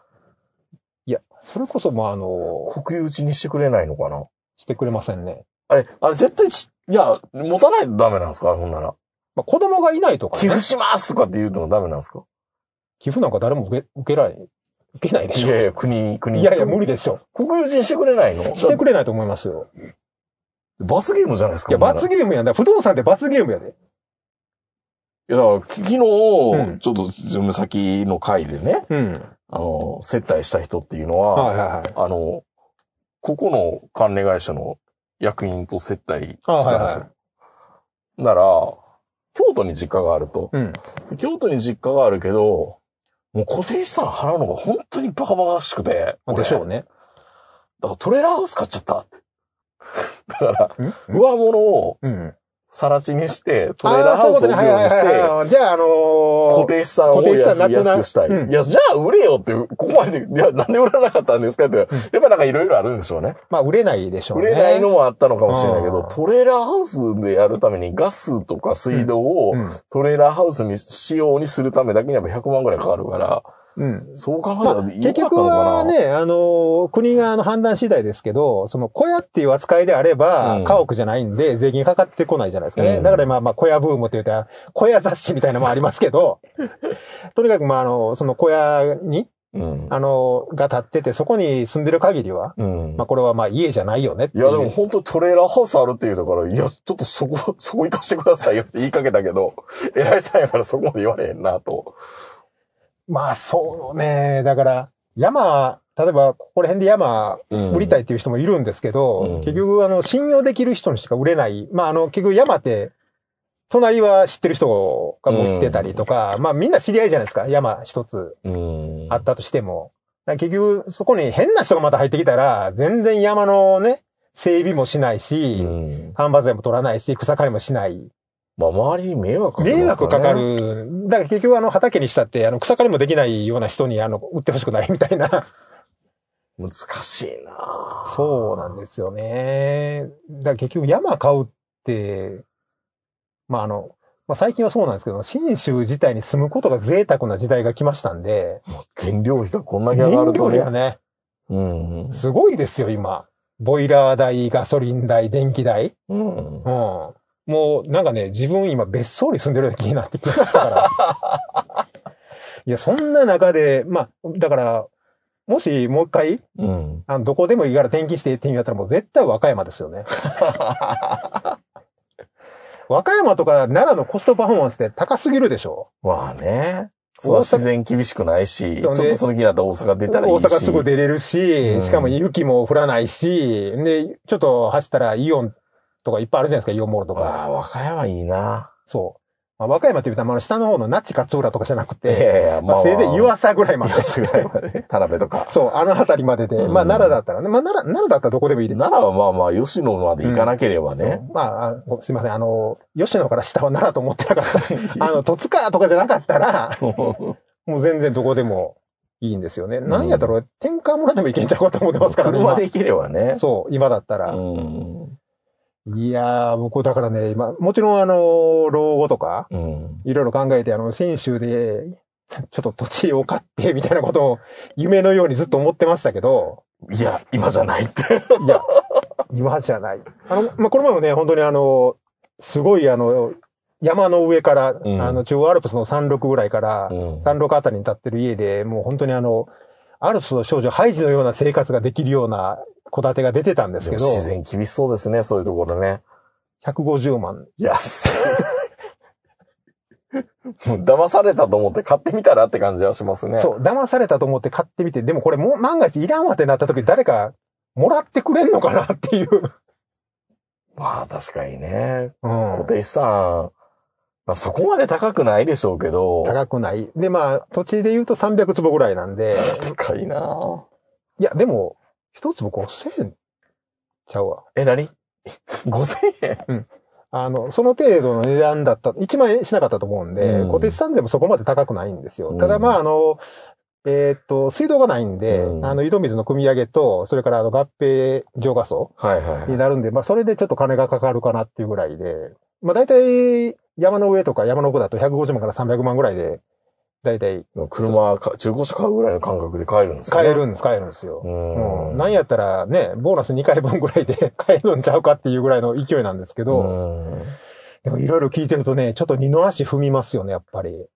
S3: それこそ、まあ、あの、
S2: 国有地にしてくれないのかな
S3: してくれませんね。
S2: あれ、あれ絶対ち、いや、持たないとダメなんですかほんなら。
S3: まあ、子供がいないとか、
S2: 寄
S3: ね、
S2: 付しますとかって言うのダメなんですか
S3: 寄付なんか誰も受け、受けられ、受けないで
S2: い
S3: しょ
S2: やいや、国、国。
S3: いやいや、無理でしょ。
S2: 国有地にしてくれないの
S3: してくれないと思いますよ。
S2: 罰ゲームじゃないですか。
S3: いや、
S2: ほんなら
S3: 罰ゲームやんだ。不動産って罰ゲームやで。
S2: いや、だから、昨日、
S3: ん
S2: ちょっと、ズーム先の回でね、
S3: うん。
S2: あの、接待した人っていうのは、
S3: はいはいはい。
S2: あの、ここの関連会社の役員と接待してたんですよ。
S3: あはいはい
S2: なら、京都に実家があると。
S3: うん。
S2: 京都に実家があるけど、もう固定資産払うのが本当にバカバカしくて。
S3: まあ、でしょうね。
S2: だからトレーラーハウス買っちゃったって。だから、
S3: うん
S2: 上物を
S3: うん。
S2: 更地にして、ト
S3: あ
S2: レーラーハウスを売る
S3: あーそういうことねはい
S2: よう
S3: は
S2: にして、
S3: いはいはい。じゃあ、あの
S2: 固
S3: ー、
S2: 定資産を
S3: 固定資産な
S2: 安
S3: くな
S2: 安くしたい。
S3: うん
S2: いや、じゃあ売れよって、ここまで、いや、なんで売らなかったんですかって、やっぱなんかいろいろあるんでしょうね。
S3: まあ、売れないでしょう
S2: 売
S3: ね。
S2: れないのもあったのかもしれないけど、
S3: うん
S2: トレーラーハウスでやるためにガスとか水道をトレーラーハウスに仕様にするためだけにやっぱ100万ぐらいかかるから、
S3: うん。うん。
S2: そう考え
S3: ま
S2: た
S3: あ、
S2: ら良か
S3: 結
S2: ったの
S3: 局
S2: かな。
S3: はね、あのー、国があの判断次第ですけど、その小屋っていう扱いであれ
S2: う
S3: ば
S2: ん、
S3: 家屋じゃないんで、税金かかってこないじゃないですかね。
S2: うん
S3: だからまあまあ、小屋ブームって言うたら、小屋雑誌みたいなのもありますけど、 とにかくまあ、あの、その小屋に、
S2: うん。
S3: あの、が建ってて、そこに住んでる限りは、
S2: うん
S3: まあ、これはまあ、家じゃないよねって
S2: い
S3: いう。
S2: や、でも本当トレーラーハウスあるっていうだから、いや、ちょっとそこ、 そこ行かせてくださいよって言いかけたけど、偉いさんやからそこまで言われへんなと。
S3: まあそうね。だから、山、例えばここら辺で山売りた
S2: い。
S3: いっていう人もいるんですけ
S2: うん
S3: ど、結局あの、信用できる人にしか売れない。まああの、結局山って、隣は知ってる人が持ってたりとか、まあみんな知り合いじゃないですか。山一つ
S2: うん。
S3: あったとしても。だから結局そこに変な人がまた入ってきたら、全然山のね、整備もしないし、
S2: うん
S3: 間伐材も取らないし、草刈りもしない。
S2: まあ、周りに迷惑かかる、
S3: 迷惑かか。る。だから結局あの畑にしたって、あの草刈りもできないような人にあの売ってほしくないみたいな。
S2: 難しいなぁ
S3: そうなんですよね。だから結局山買うって、まああの、まあ最近はそうなんですけど、信州自体に住むことが贅沢な時代が来ましたんで、
S2: 原料費がこんだけ
S3: 燃
S2: 上がる
S3: 料
S2: と
S3: 費が
S2: ね。
S3: ね、
S2: うん。
S3: すごいですよ今。ボイラー代、ガソリン代、電気代。
S2: うん
S3: う。ん。もうなんかね、自分今別荘に住んでるような気になってきましたから。いや、そんな中で、まあ、だから、もしもう一回、
S2: うん。
S3: あのどこでもいいから転勤してって言うんやったらもう絶対和歌山ですよね。和歌山とか奈良のコストパフォーマンスって高すぎるでしょ
S2: まあね。その自然厳しくないし、ち
S3: そ
S2: ょ
S3: う
S2: っ
S3: ね
S2: とその気になったら大阪出たらいいし。
S3: 大阪すぐ出れる
S2: う
S3: し、
S2: ん
S3: しかも雪も降らないし、で、ちょっと走ったらイオンとかいっぱいあるじゃないですか、イオンモールとか。
S2: ああ、和歌山いいな
S3: そう。まあ、和歌山って言うとあの下の方の那智勝浦とかじゃなく
S2: いやい
S3: て、
S2: やいや、
S3: まあ、せいぜい湯浅ぐらいま で
S2: 岩。佐ぐらいまでね。田辺とか。
S3: そう、あの辺りまでで、
S2: うん
S3: まあ奈良だったらね、まあ奈良、奈良だったらどこでもいいです。
S2: 奈良はまあまあ、吉野まで行かなければね。
S3: まああ、ごすいません、あの、吉野から下は奈良と思ってなか った。あの、戸塚とかじゃなかったら、もう全然どこでもいいんですよね。なんやったら、天川村でも行けんちゃうかと思ってますからね。
S2: 車で行ければね
S3: 今。そう、今だったら。
S2: うん。
S3: いやー、僕だからね、今、もちろんあの、老後とか、
S2: うん。
S3: いろいろ考えて、あの、先州で、ちょっと土地を買って、みたいなことを、夢のようにずっと思ってましたけど、
S2: いや、今じゃないって。
S3: いや、今じゃない。あの、まあ、この前もね、本当にあの、すごいあの、山の上から、
S2: ん
S3: あの、中央アルプスの山麓ぐらいから、
S2: うん
S3: 山麓あたりに立ってる家で、もう本当にあの、アルプスの少女ハイジのような生活ができるような戸建てが出てたんですけど、
S2: 自然厳しそうですね、そういうところね。
S3: 150万。
S2: 安 い。もう騙されたと思って買ってみたらって感じはしますね。
S3: そう、騙されたと思って買ってみて、でもこれもう万が一いらんわってなった時誰かもらってくれんのかなっていう。
S2: まあ確かにね。
S3: うん
S2: 固定資産、まあそこまで高くないでしょうけど。
S3: 高くない。で、まあ、土地で言うと300坪ぐらいなんで、
S2: 高いなぁ
S3: いや、でも、一坪5000円ちゃうわ。
S2: え、何 ?5000 円
S3: あの、その程度の値段だった、1万円しなかったと思うんで、
S2: うん
S3: 固定資産税もそこまで高くないんですよ。た
S2: う
S3: だ、
S2: ん
S3: まあ、あの、えーっと、水道がないんで、
S2: うん
S3: あの、井戸水の汲み上げと、それからあの合併浄化層
S2: はいはい。
S3: になるんで、まあ、それでちょっと金がかかるかなっていうぐらいで、まあ、大体、山の上とか山の奥だと150万から300万ぐらいで、大体
S2: 車か、中古車買うぐらいの感覚で買えるんですね。
S3: 買え。るんです、買えるんですよ。
S2: う。
S3: うんん、なんやったらね、ボーナス2回分ぐらいで 買えるんちゃうかっていうぐらいの勢いなんですけど、
S2: うん
S3: でもいろいろ聞いてるとね、ちょっと二の足踏みますよね、やっぱり。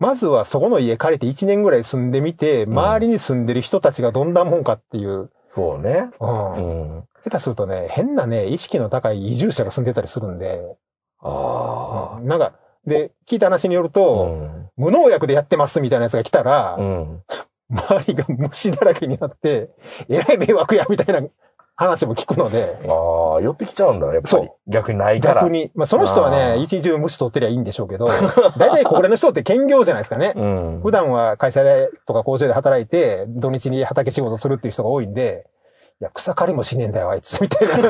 S3: まずはそこの家借りて1年ぐらい住んでみて、
S2: ん
S3: 周りに住んでる人たちがどんなもんかっていう、
S2: そうね。
S3: うん
S2: うん。
S3: 下手するとね、変なね、意識の高い移住者が住んでたりするんで、
S2: ああ。
S3: なんか、で、聞いた話によると、
S2: ん。
S3: 無農薬でやってますみたいなやつが来たら、
S2: うん。
S3: 周りが虫だらけになって、えらい迷惑やみたいな話も聞くので、
S2: ああ、寄ってきちゃうんだ、やっぱり
S3: そ。
S2: 逆にないから。
S3: 逆に、まあその人は
S2: あー
S3: ね、一日中無視取ってりゃいいんでしょうけど、大体ここらの人って兼業じゃないですかね。
S2: うん。
S3: 普段は会社でとか工場で働いて、土日に畑仕事するっていう人が多いんで、いや、草刈りもしねえんだよ、あいつ、み たいな。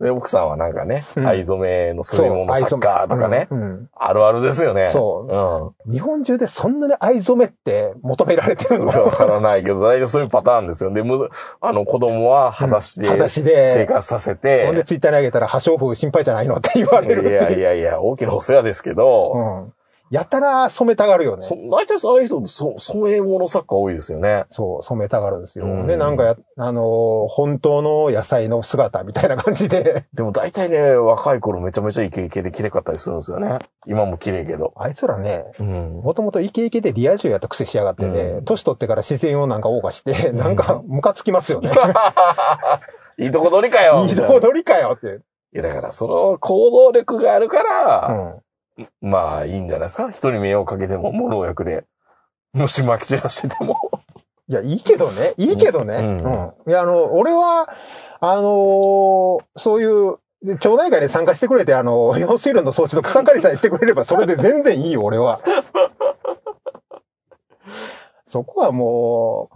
S2: で、奥さんはなんかね、
S3: うん
S2: 藍染めの染め物のサッカーとかね、
S3: うんうん
S2: あるあるですよね。。
S3: そう日本中でそんなに藍染めって求められてる
S2: うん。
S3: の
S2: わからないけど、大体そういうパターンですよ。で、むず、あの、子供は裸足で
S3: 裸
S2: 生
S3: 足で、
S2: 活させ
S3: ほんで
S2: て、
S3: ツイッターにあげたら破傷風心配じゃないのって言わ
S2: い
S3: れるっていう
S2: やいやいや、大きなお世話ですけ
S3: う
S2: ど、
S3: ん。やたら染めたがるよね。
S2: そ大体そういう人、そそういうもの作家多いですよね。
S3: そう、染めたがるんですよ。
S2: うん
S3: で、なんかや、あのー本当の野菜の姿みたいな感じで、
S2: でも大体ね、若い頃めちゃめちゃイケイケで綺麗かったりするんですよね。今も綺麗けど。
S3: あいつらね、
S2: うん。
S3: もともとイケイケでリア充やった癖しやがって
S2: う
S3: ね
S2: ん、
S3: 年取ってから自然をなんか謳歌して、なんかムカつきますよね。
S2: いいとこ取りかよみ
S3: いい
S2: たい
S3: と
S2: な
S3: こ取りかよって。
S2: いや、だから、その行動力があるか
S3: う
S2: ら、
S3: ん。
S2: まあ、いいんじゃないですか。人に迷惑かけても、無農薬で、虫まき散らしてても。
S3: いや、いいけどね。いいけどね。
S2: う
S3: うんん。いや、あの、俺は、あのーそういう、で町内会に参加してくれて、あの、用水路の装置の草刈りさえしてくれれば、それで全然いいよ、俺は。そこはも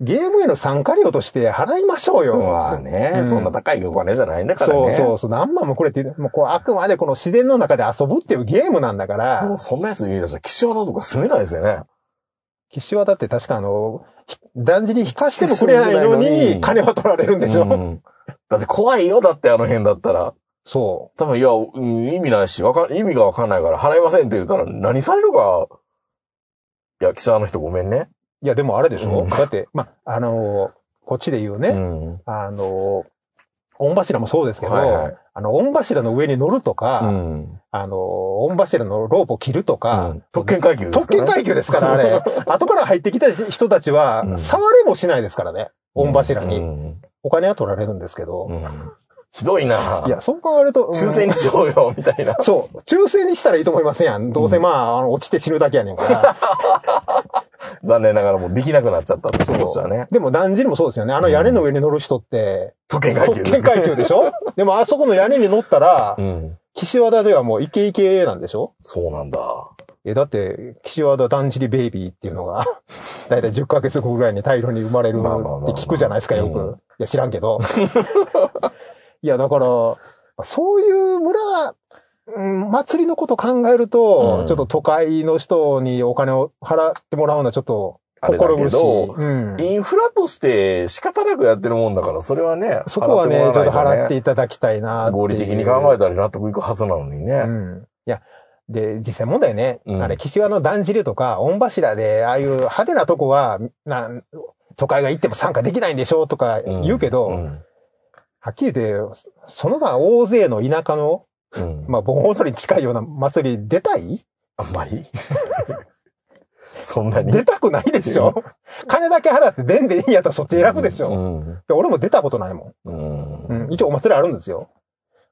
S3: う、ゲームへの参加料として払いましょうよ。
S2: まあね、
S3: うん
S2: そんな高いお金じゃないんだからね。
S3: そうそうそう。何万もくれって、もうこう、あくまでこの自然の中で遊ぶっていうゲームなんだから。
S2: もうそんなやつ言うやつは、気象だとか住めないですよね。
S3: 岸はだって確かあの、ひだんじり引かしてもくれないの
S2: 引かしてもくれないのに
S3: に、金は取られるんでしょ、
S2: うんだって怖いよ、だってあの辺だったら。
S3: そ
S2: 多分、いや、うん意味ないし、わかん、意味がわかんないから払いませんって言ったら、何されるか。いや、記者の人ごめんね。
S3: う。いや、でもあれでしょ、
S2: うん
S3: だって、ま、あの、こっちで言うね、
S2: うん。
S3: あの、御柱もそうですけど、
S2: はいはい
S3: あの、御柱の上に乗るとか、
S2: うん。
S3: あの、御柱のロープを切るとか、
S2: うん特権階級です
S3: 特
S2: かね。
S3: 権階級ですから、あれ。後から入ってきた人たちは、
S2: うん
S3: 触れもしないですからね。御柱に。
S2: うん
S3: お金は取られるんですけど。
S2: うんひどいな。
S3: いや、そう考えると。うん
S2: 抽選にしようよ、みたいな。
S3: そう。抽選にしたらいいと思いませんやん。どうせまあ、あの落ちて死ぬだけやねん から。
S2: 残念ながらもうできなくなっちゃったってことですよね。
S3: でも、だんじりもそうですよね。あの屋根の上に乗る人って、
S2: 特権階級
S3: 特
S2: です
S3: 権階級でしょでも、あそこの屋根に乗ったら
S2: う、ん。
S3: 岸和田ではもうイケイケなんでしょ
S2: そうなんだ。
S3: え、だって、岸和田だんじりベイビーっていう のが、だいたい10ヶ月後ぐらいに大量に生まれるって
S2: まあまあまあまあ
S3: 聞くじゃないですか、よ
S2: うん
S3: く。いや、知らん けど。いや、だから、そういう村、うん祭りのこと考える
S2: う
S3: と
S2: ん、
S3: ちょっと都会の人にお金を払ってもらうのはちょっと
S2: あれだ
S3: 心
S2: け
S3: 苦しい。
S2: ど、
S3: うん
S2: インフラとして仕方なくやってるもんだから、それはね、
S3: そこはね、ち
S2: 払
S3: ょっ
S2: も
S3: と
S2: らわない
S3: 払っていただきたいなっていう
S2: 合理的に考えたら納得いくはずなのにね
S3: う。ん。いや、で、実際問題ね、
S2: うん
S3: あれ、岸和田のだんじりとか、御柱で、ああいう派手なとこは、なん都会が行っても参加できないんでしょとか
S2: ん
S3: 言うけど、
S2: うん
S3: はっきり言って、そその他大勢の田舎の、
S2: うん
S3: まあ、盆踊りに近いような祭り出たい
S2: あんま りそんなに。
S3: 出たくないでしょ金だけ払って出んでいいんやったらそっち選ぶでしょ、いや俺も出たことないも
S2: う
S3: ん。
S2: ん。う。
S3: うんん、一応お祭りあるんですよ。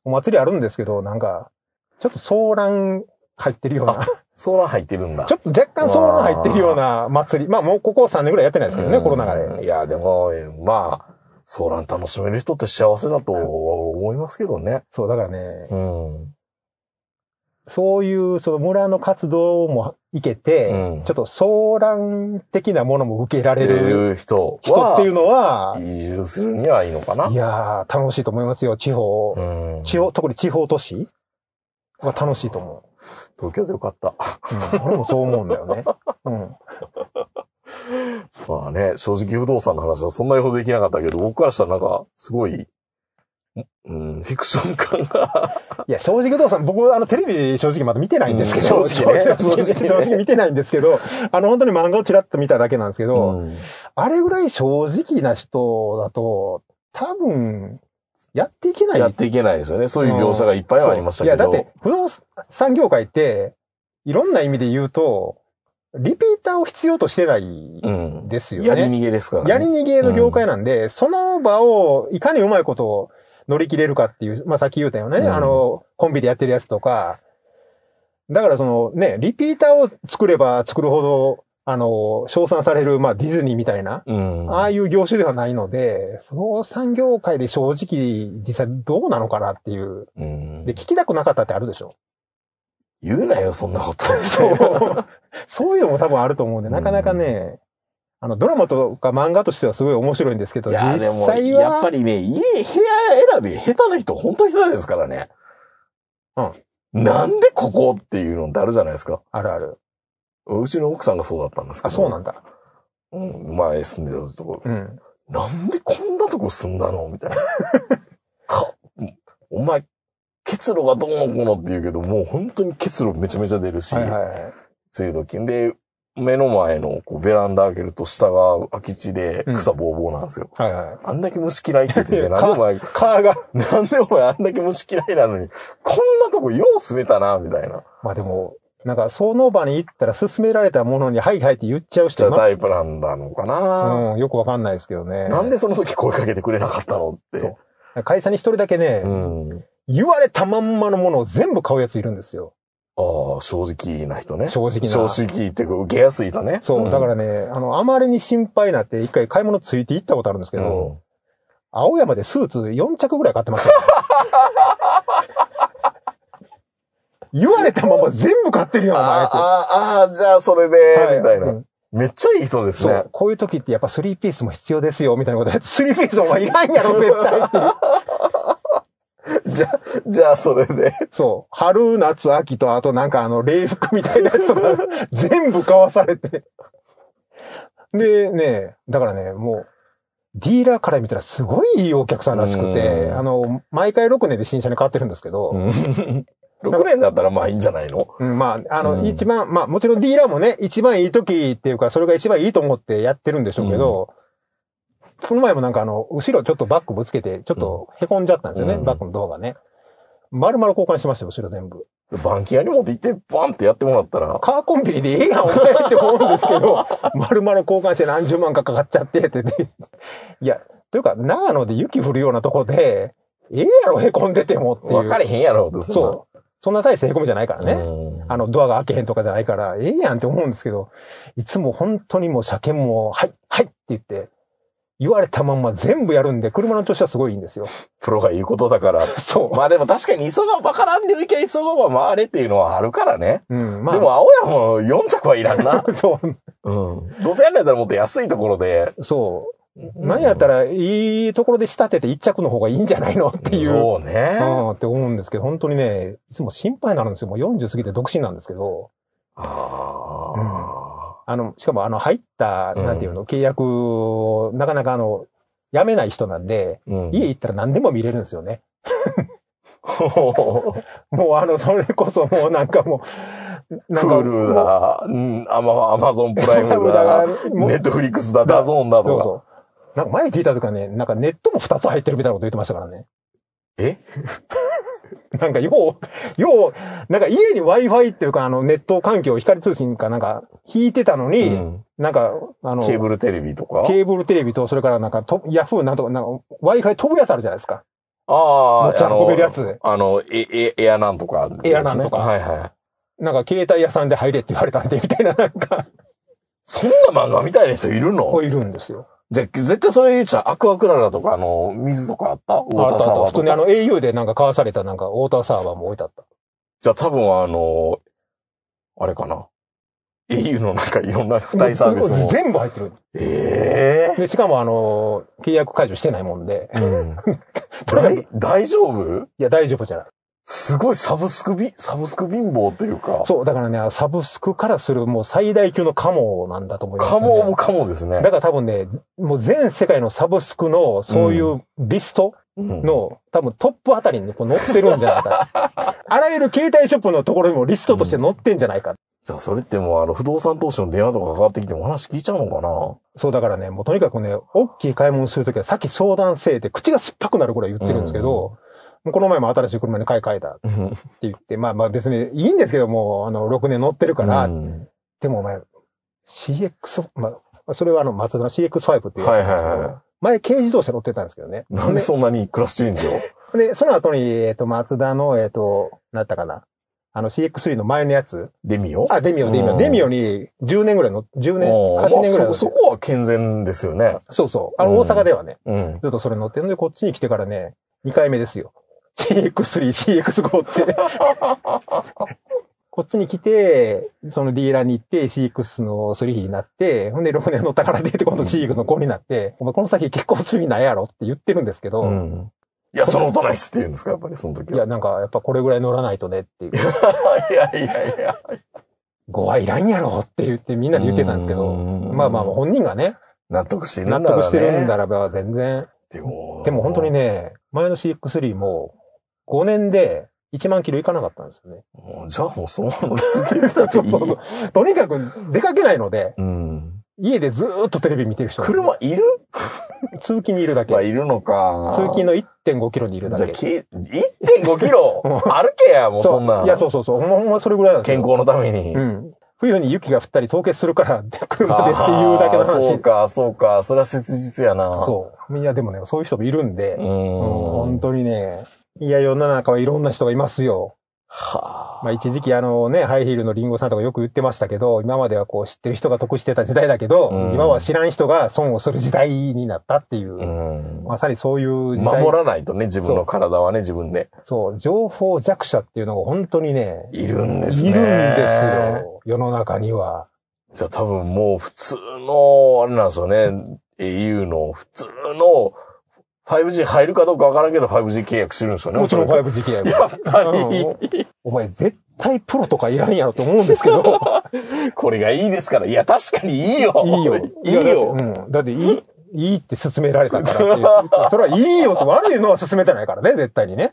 S3: お祭りあるんですけど、なんか、ちょっと騒乱入ってるような、
S2: ソーラー入ってるんだ。
S3: ちょっと若干騒乱入ってるような祭り。まあもうここ3年ぐらいやってないですけどね、
S2: うん
S3: コロナ禍で。
S2: いや、でも、まあ、ソーラン楽しめる人って幸せだと思いますけどね。
S3: そう、だからね、
S2: うん。
S3: そういうその村の活動もいけて、
S2: うん
S3: ちょっと騒乱的なものも受けられ
S2: 出れ
S3: る
S2: る人
S3: 人っていうのは、
S2: 移住するにはいいのかな。
S3: いやー、楽しいと思いますよ、地方。
S2: うん
S3: 地方、特に地方都市は楽しいと思
S2: 東京でよかった。
S3: う。うん、俺もそう思うん だよね。うん。
S2: まあね、正直不動産の話はそんなにほどできなかったけど、僕からしたらなんか、すごい、うん、フィクション感が。
S3: いや、正直不動産、僕、あの、テレビ正直まだ見てないんですけど、
S2: うん正直ね
S3: 正直
S2: 正直ね
S3: 正直見てないんですけど、あの、本当に漫画をチラッと見ただけなんですけど、
S2: うん
S3: あれぐらい正直な人だと、多分、やっていけない。
S2: やっていけないですよね。そういう描写がいっぱいはありましたけど。
S3: そういや、だって、不動産業界って、いろんな意味で言うと、リピーターを必要としてない
S2: うん。
S3: ですよね。
S2: やり逃げですからね。
S3: やり逃げの業界なんで、その場をいかにうまいことを乗り切れるかっていう、まあさっき言うたよね、
S2: うん
S3: あの、コンビでやってるやつとか、だからそのね、リピーターを作れば作るほどあの、称賛される、まあ、ディズニーみたいな、
S2: うん。
S3: ああいう業種ではないので、不動産業界で正直、実際どうなのかなっていう。
S2: うん
S3: で、聞きたくなかったってあるでしょ
S2: 言うなよ、そんな こと。
S3: そう。 そういうのも多分あると思うんで、なかなかね、あの、ドラマとか漫画としてはすごい面白いんですけど、
S2: い
S3: 実
S2: や、でも、
S3: 際は、
S2: やっぱりね、家、部屋選び、下手な人、本当に下手ですからね。うん。なんでここっていうのってあるじゃないですか。
S3: あるある。
S2: うちの奥さんがそうだったんですけど。
S3: あ、そうなんんだ。
S2: うん、前住んでたとこ。
S3: うん。
S2: なんでこんなとこ住んだのみ たいな。か、お前、結露がどうのこうのって言うけど、もう本当に結露めちゃめちゃ出るし、
S3: はいはいはい。
S2: 梅雨時。で、目の前のこうベランダ開けると下が空き地で草ぼうぼうなんですよ。
S3: はいはい。
S2: あんだけ虫嫌いって言って て、
S3: か
S2: なんでお前、
S3: カーが、
S2: なんでお前あんだけ虫嫌いなのに、こんなとこよう住めたな、みたいな。
S3: まあでも、なんか、その場に行ったら勧められたものに、はいはいって言っちゃう
S2: じ
S3: 人
S2: ゃ
S3: い
S2: あ
S3: ます
S2: タイプなんだのかな、
S3: うん、よくわかんないですけどね。
S2: なんでその時声かけてくれなかったのって。
S3: そ会社に一人だけね、
S2: うん。
S3: 言われたまんまのものを全部買うやついるんですよ。
S2: ああ、正直な人ね。
S3: 正直な
S2: 正直っていうか、受けやすい人ね。、
S3: そう、だかららね、あの、あまりに心配になって、一回買い物ついて行ったことあるんですけ
S2: う
S3: ど、
S2: ん
S3: 青山でスーツ4着ぐらい買って ましたよ。言われたまま全部買ってるよ、お前
S2: あ
S3: って。
S2: あ、ああ、じゃあそれで、みたいな、
S3: うん
S2: めっちゃいい人です
S3: そ
S2: ね
S3: う。。こういう時ってやっぱスリーピースも必要ですよ、みたいなことで、スリーピースお前いらんやろ、絶対ってい う。
S2: じゃあ、じゃあそれで。
S3: そう。春、夏、秋と、あとなんかあの、礼服みたいなやつと か、全部買わされて。で、ね、だからね、もう、ディーラーから見たらすごいいいお客さんらしくて、
S2: うん
S3: あの、毎回6年で新車に変わってるんですけど、
S2: 6年だったらまあいいんじゃないの
S3: うんまあ、あの、
S2: うん
S3: 一番、まあ、もちろんディーラーもね、一番いい時っていうか、それが一番いいと思ってやってるんでしょうけど、この前もなんかあの、後ろちょっとバックぶつけて、ちょっと凹んじゃったんですよね、
S2: うん
S3: バックの動画ね。丸々交換しましたよ、後ろ全部。
S2: バンキ屋に持って行って、バンってやってもらったら、
S3: カーコンビニでええやん、お前って思うんですけど、 丸々交換して何十万かかかっちゃって って、ね。いや、というか、長野で雪降るようなとこで、ええやろ、凹んでてもっていう。
S2: 分かれへんやろ、
S3: そう。そんな大して凹みじゃないから
S2: うね。
S3: ね。あの、ドアが開けへんとかじゃないから、ええやんって思うんですけど、いつも本当にもう車検も、はい、はいって言って、言われたまんま全部やるんで、車の調子はすごいいいんですよ。
S2: プロが言うことだから。
S3: そ
S2: まあでも確かに急が、わからん領域は急がば回れっていうのはあるからね。
S3: う。うん、まあ。
S2: でも青山も4着はいらんな。
S3: そう、
S2: うん。どうせやんのやったらもっと安いところで。
S3: そう。なんやった
S2: らっ
S3: ら、いいところで仕立てて一着の方がいいんじゃないのっていう。
S2: そうね
S3: う。ん、って思うんですけど、本当にね、いつも心配になるんですよ。もう40過ぎて独身なんですけど、
S2: あ
S3: あの、しかもあの、入った、
S2: うん
S3: なんていうの、契約を、なかなかあの、辞めない人なんで、
S2: ーうん
S3: 家行ったら何でも見れるんですよね。
S2: ほう
S3: もうあの、それこそもうなんかもう、なんか、
S2: Hulu だ、うんアマ、アマゾンプライム
S3: もう
S2: だ、
S3: もう
S2: ネットフリックスだ、ダゾーンだ
S3: そ
S2: と
S3: う
S2: か。
S3: そう。なんか前聞いたとかね、なんかネットも2つ入ってるみたいなこと言ってましたからね。
S2: え
S3: なんかよう、よう、なんか家に Wi-Fi っていうかあのネット環境、光通信かなんか引いてたのに、
S2: うん
S3: なんか、あの、
S2: ケーブルテレビとか。
S3: ケーブルテレビと、それからなんかと、ヤフーなんとか、なんか、Wi-Fi 飛ぶやつあるじゃないですか。
S2: ああ、
S3: 持ち運べるやつ。
S2: あの、あのエエエアなんとか、
S3: エアなんとか
S2: はいはい。
S3: なんか、携帯屋さんで入れって言われたんで、みたいな、なん か、
S2: そんな漫画みたいな人いるの
S3: こういるんですよ。
S2: じゃ、絶対それ言うちゃ、アクアクララとか、あの、水とかあったウォ
S3: あ
S2: ータ
S3: っ
S2: ー
S3: た
S2: サー
S3: あった
S2: バー
S3: 普通
S2: と
S3: にあ
S2: か。
S3: の、au でなんか買わされたなんか、ウォーターサーバーも置いてあった。
S2: じゃあ多分あの、あれかな。au のなんかいろんな付帯サービスも。
S3: 全部入ってる。
S2: ええ
S3: で、しかもあの、契約解除してないもんで、
S2: 大大丈夫
S3: いや、大丈夫じゃない。
S2: すごいサブスクび、サブスク貧乏というか。
S3: そう、だからね、サブスクからするもう最大級のカモなんだと思います、
S2: か
S3: ね。
S2: ももかもですね
S3: だ。から多分ね、もう全世界のサブスクの、そういうリスト
S2: うん
S3: の、多分トップあたりにこう載ってるんじゃないか。 あらゆる携帯ショップのところにもリストとして載ってんじゃないか。
S2: じゃあそれってもうあの、不動産投資の電話とかかかってきてもお話聞いちゃうのかな
S3: そうだからね、もうとにかくね、大きい買い物するときはさっき相談せえって口が酸っぱくなるぐらい言ってるんですけど、もうこの前も新しい車に買い替えたって言って、まあまあ別にいいんですけども、あの、6年乗ってるから、
S2: うん
S3: でもお前、CX、まあ、それはあの、マツダの CX5 っていう
S2: はい
S3: やつ
S2: は
S3: ないんですけど、
S2: は
S3: 前軽自動車乗ってたんですけどね。
S2: い。なんでそんなにクラスチェンジを
S3: で、その後に、えっ、と、マツダの、えっ、と、なったかな。あの CX3 の前のやつ。
S2: デミオ
S3: あ、デミオ、デミ
S2: う
S3: オ。
S2: ん
S3: デミオに10年ぐらいの、10年、
S2: おーまあ
S3: 8年ぐらいの、
S2: そそこは健全ですよね。
S3: そうそう。あの、
S2: うん
S3: 大阪ではね、
S2: うん。
S3: ずっとそれ乗ってるので、こっちに来てからね、2回目ですよ。CX3、CX5 って。 こっちに来て、そのディーラーに行って、CX の3になって、ほんで6年乗ったから出て、今度 CX の5になって、お前この先結婚する意味ないやろって言ってるんですけど、
S2: うん。いや、その音ないっすって言うんですか、やっぱりその時
S3: いや、
S2: は。
S3: なんか、やっぱこれぐらい乗らないとねっていう。
S2: いやいやいや。
S3: 5はいらんやろって言ってみんなで言ってたんですけど、
S2: うん
S3: まあまあ本人がね、
S2: 納得してるんな
S3: 納
S2: らね
S3: 得してるんならば全然。
S2: でも
S3: でも本当に
S2: ね。
S3: ね、前の CX3 も5年で1万キロいかなかったんですよね。
S2: もうじゃあもうそのまま続けてた
S3: そう
S2: ら い
S3: そう
S2: い
S3: そう。とにかく出かけないので、
S2: うん。
S3: 家でずーっとテレビ見てる人。
S2: 車いる
S3: 通勤にいるだけ
S2: まあ。いるのか。
S3: 通勤の1.5キロにいるだ
S2: じゃあ、
S3: け。
S2: け1.5キロ
S3: うん
S2: 歩けや、もうそんな。
S3: いや、そうそうそう。ほんまほんまそれぐらいなんです
S2: 健
S3: よ。
S2: 康のために。
S3: うん。冬に雪が降ったり凍結するから、 で車でって
S2: あー
S3: いうだけの話。
S2: そうか、そうか。それは切実やな。
S3: そう。みんなでもね、そういう人もいるんで、
S2: う
S3: うんん、本当にね、いや、世の中はいろんな人がいますよ。
S2: はあ。
S3: まあ一時期あのね、ハイヒールのリンゴさんとかよく言ってましたけど、今まではこう知ってる人が得してた時代だけど、
S2: うん
S3: 今は知らん人が損をする時代になったっていう、
S2: うん
S3: まさにそういう時代。
S2: 守らないとね、自分の体はね、自分で。
S3: そう、情報弱者っていうのが本当にね、
S2: いるんですね。
S3: いるんです。よ。世の中には。
S2: じゃあ多分もう普通の、あれなんですよね、au の普通の 5G 入るかどうかわからんけど 5G 契約してるんですよね。
S3: もちろん
S2: おそら
S3: 5G 契約。
S2: くやっ
S3: う
S2: ぱ
S3: んお前絶対プロとかいらんやろと思うんです けど。
S2: り、これがいいですから。いや、確かにいいよ。
S3: いいよ。
S2: いいよ。
S3: うん。だって、いい、いいって勧められたからっていう。それはいいよと悪いのは勧めてないからね、絶対にね。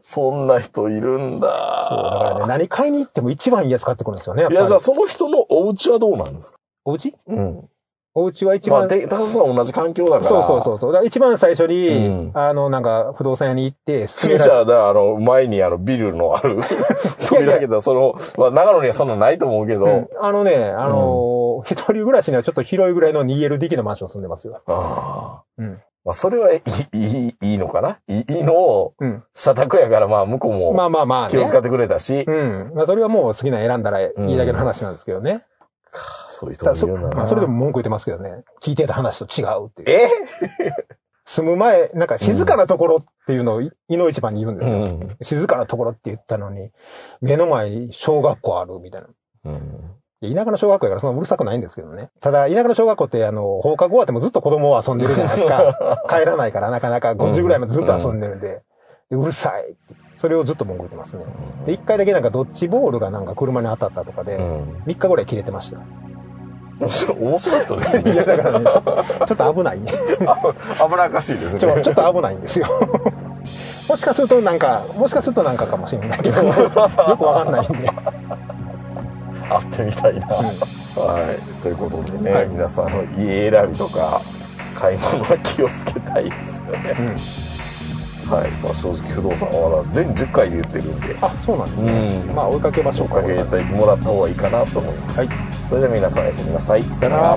S2: そんな人いるんだ。
S3: そう。だからね、何買いに行っても一番いいやつ買ってくるんですよね、やっ
S2: いや、じゃ
S3: ぱ
S2: あ
S3: り。
S2: その人のお家はどうなんですか
S3: お家
S2: うん。
S3: お家は一
S2: まあ、
S3: 番、
S2: で、高さんは同じ環境だから。
S3: そうそうそうそう。だから一番最初に、
S2: うん
S3: あの、なんか、不動産屋に行って、
S2: フ
S3: 勧
S2: ュ
S3: め
S2: ー
S3: ら
S2: チ
S3: れ
S2: ャーだ、あの、前にあの、ビルのある扉開けた、その、まあ、長野にはそんなないと思うけど、
S3: うんあのね、あのー一人暮らしにはちょっと広いぐらいの 2LDK のマンション住んでますよ。
S2: ああ。
S3: うん
S2: まあ、それはいい、いい、いいのかないいいいのを
S3: うん、
S2: 社宅やから、まあ、向こう
S3: ま
S2: も
S3: あまあまあ、ね。
S2: 気を使ってくれたし、
S3: うん。まあ、それはもう好きなの選んだらいいだけの話なんですけどね。
S2: そういう人
S3: ただ
S2: もい
S3: そ
S2: るんだな。
S3: まあ、それでも文句言ってますけどね。聞いてた話と違うっていう。
S2: え
S3: 住む前、なんか静かなところっていうのをいいの一番に言うんです
S2: う
S3: よ。
S2: ん。
S3: 静かなところって言ったのに、目の前に小学校あるみたいな。
S2: うん。
S3: いや田舎の小学校やからそんなうるさくないんですけどね。ただ、田舎の小学校って、あの、放課後はでもずっと子供は遊んでるじゃないで すか。帰らないからなかなか5時ぐらいまでずっと遊んでるんで、でうるさいって。それをずっと文句言ってますね。で、1回だけなんかドッジボールがなんか車に当たったとかで、
S2: うん。
S3: 3日ぐらい切れてましたよ。
S2: 面白い、面白い人ですね。
S3: いや、だからね、ちょっと危ないね。
S2: あ危なっかしいですね。
S3: ちょちょっと危ないんですよ。 もしかするとなんか、もしかするとなんかかもしれないけど、よくわかんないんで。
S2: 会ってみたいな。はい。ということでね、
S3: はい
S2: 皆さん、あの家選びとか、買い物は気をつけたいですよね。
S3: うん
S2: はい。まあ、正直不動産はまだ全10回言ってるんで、
S3: あ、そうなんですね。
S2: うん
S3: まあ追いかけましょうか。
S2: かけてもらった方がいいかなと思います。
S3: はい
S2: それでは皆さん、おやすみなさい。さよなら。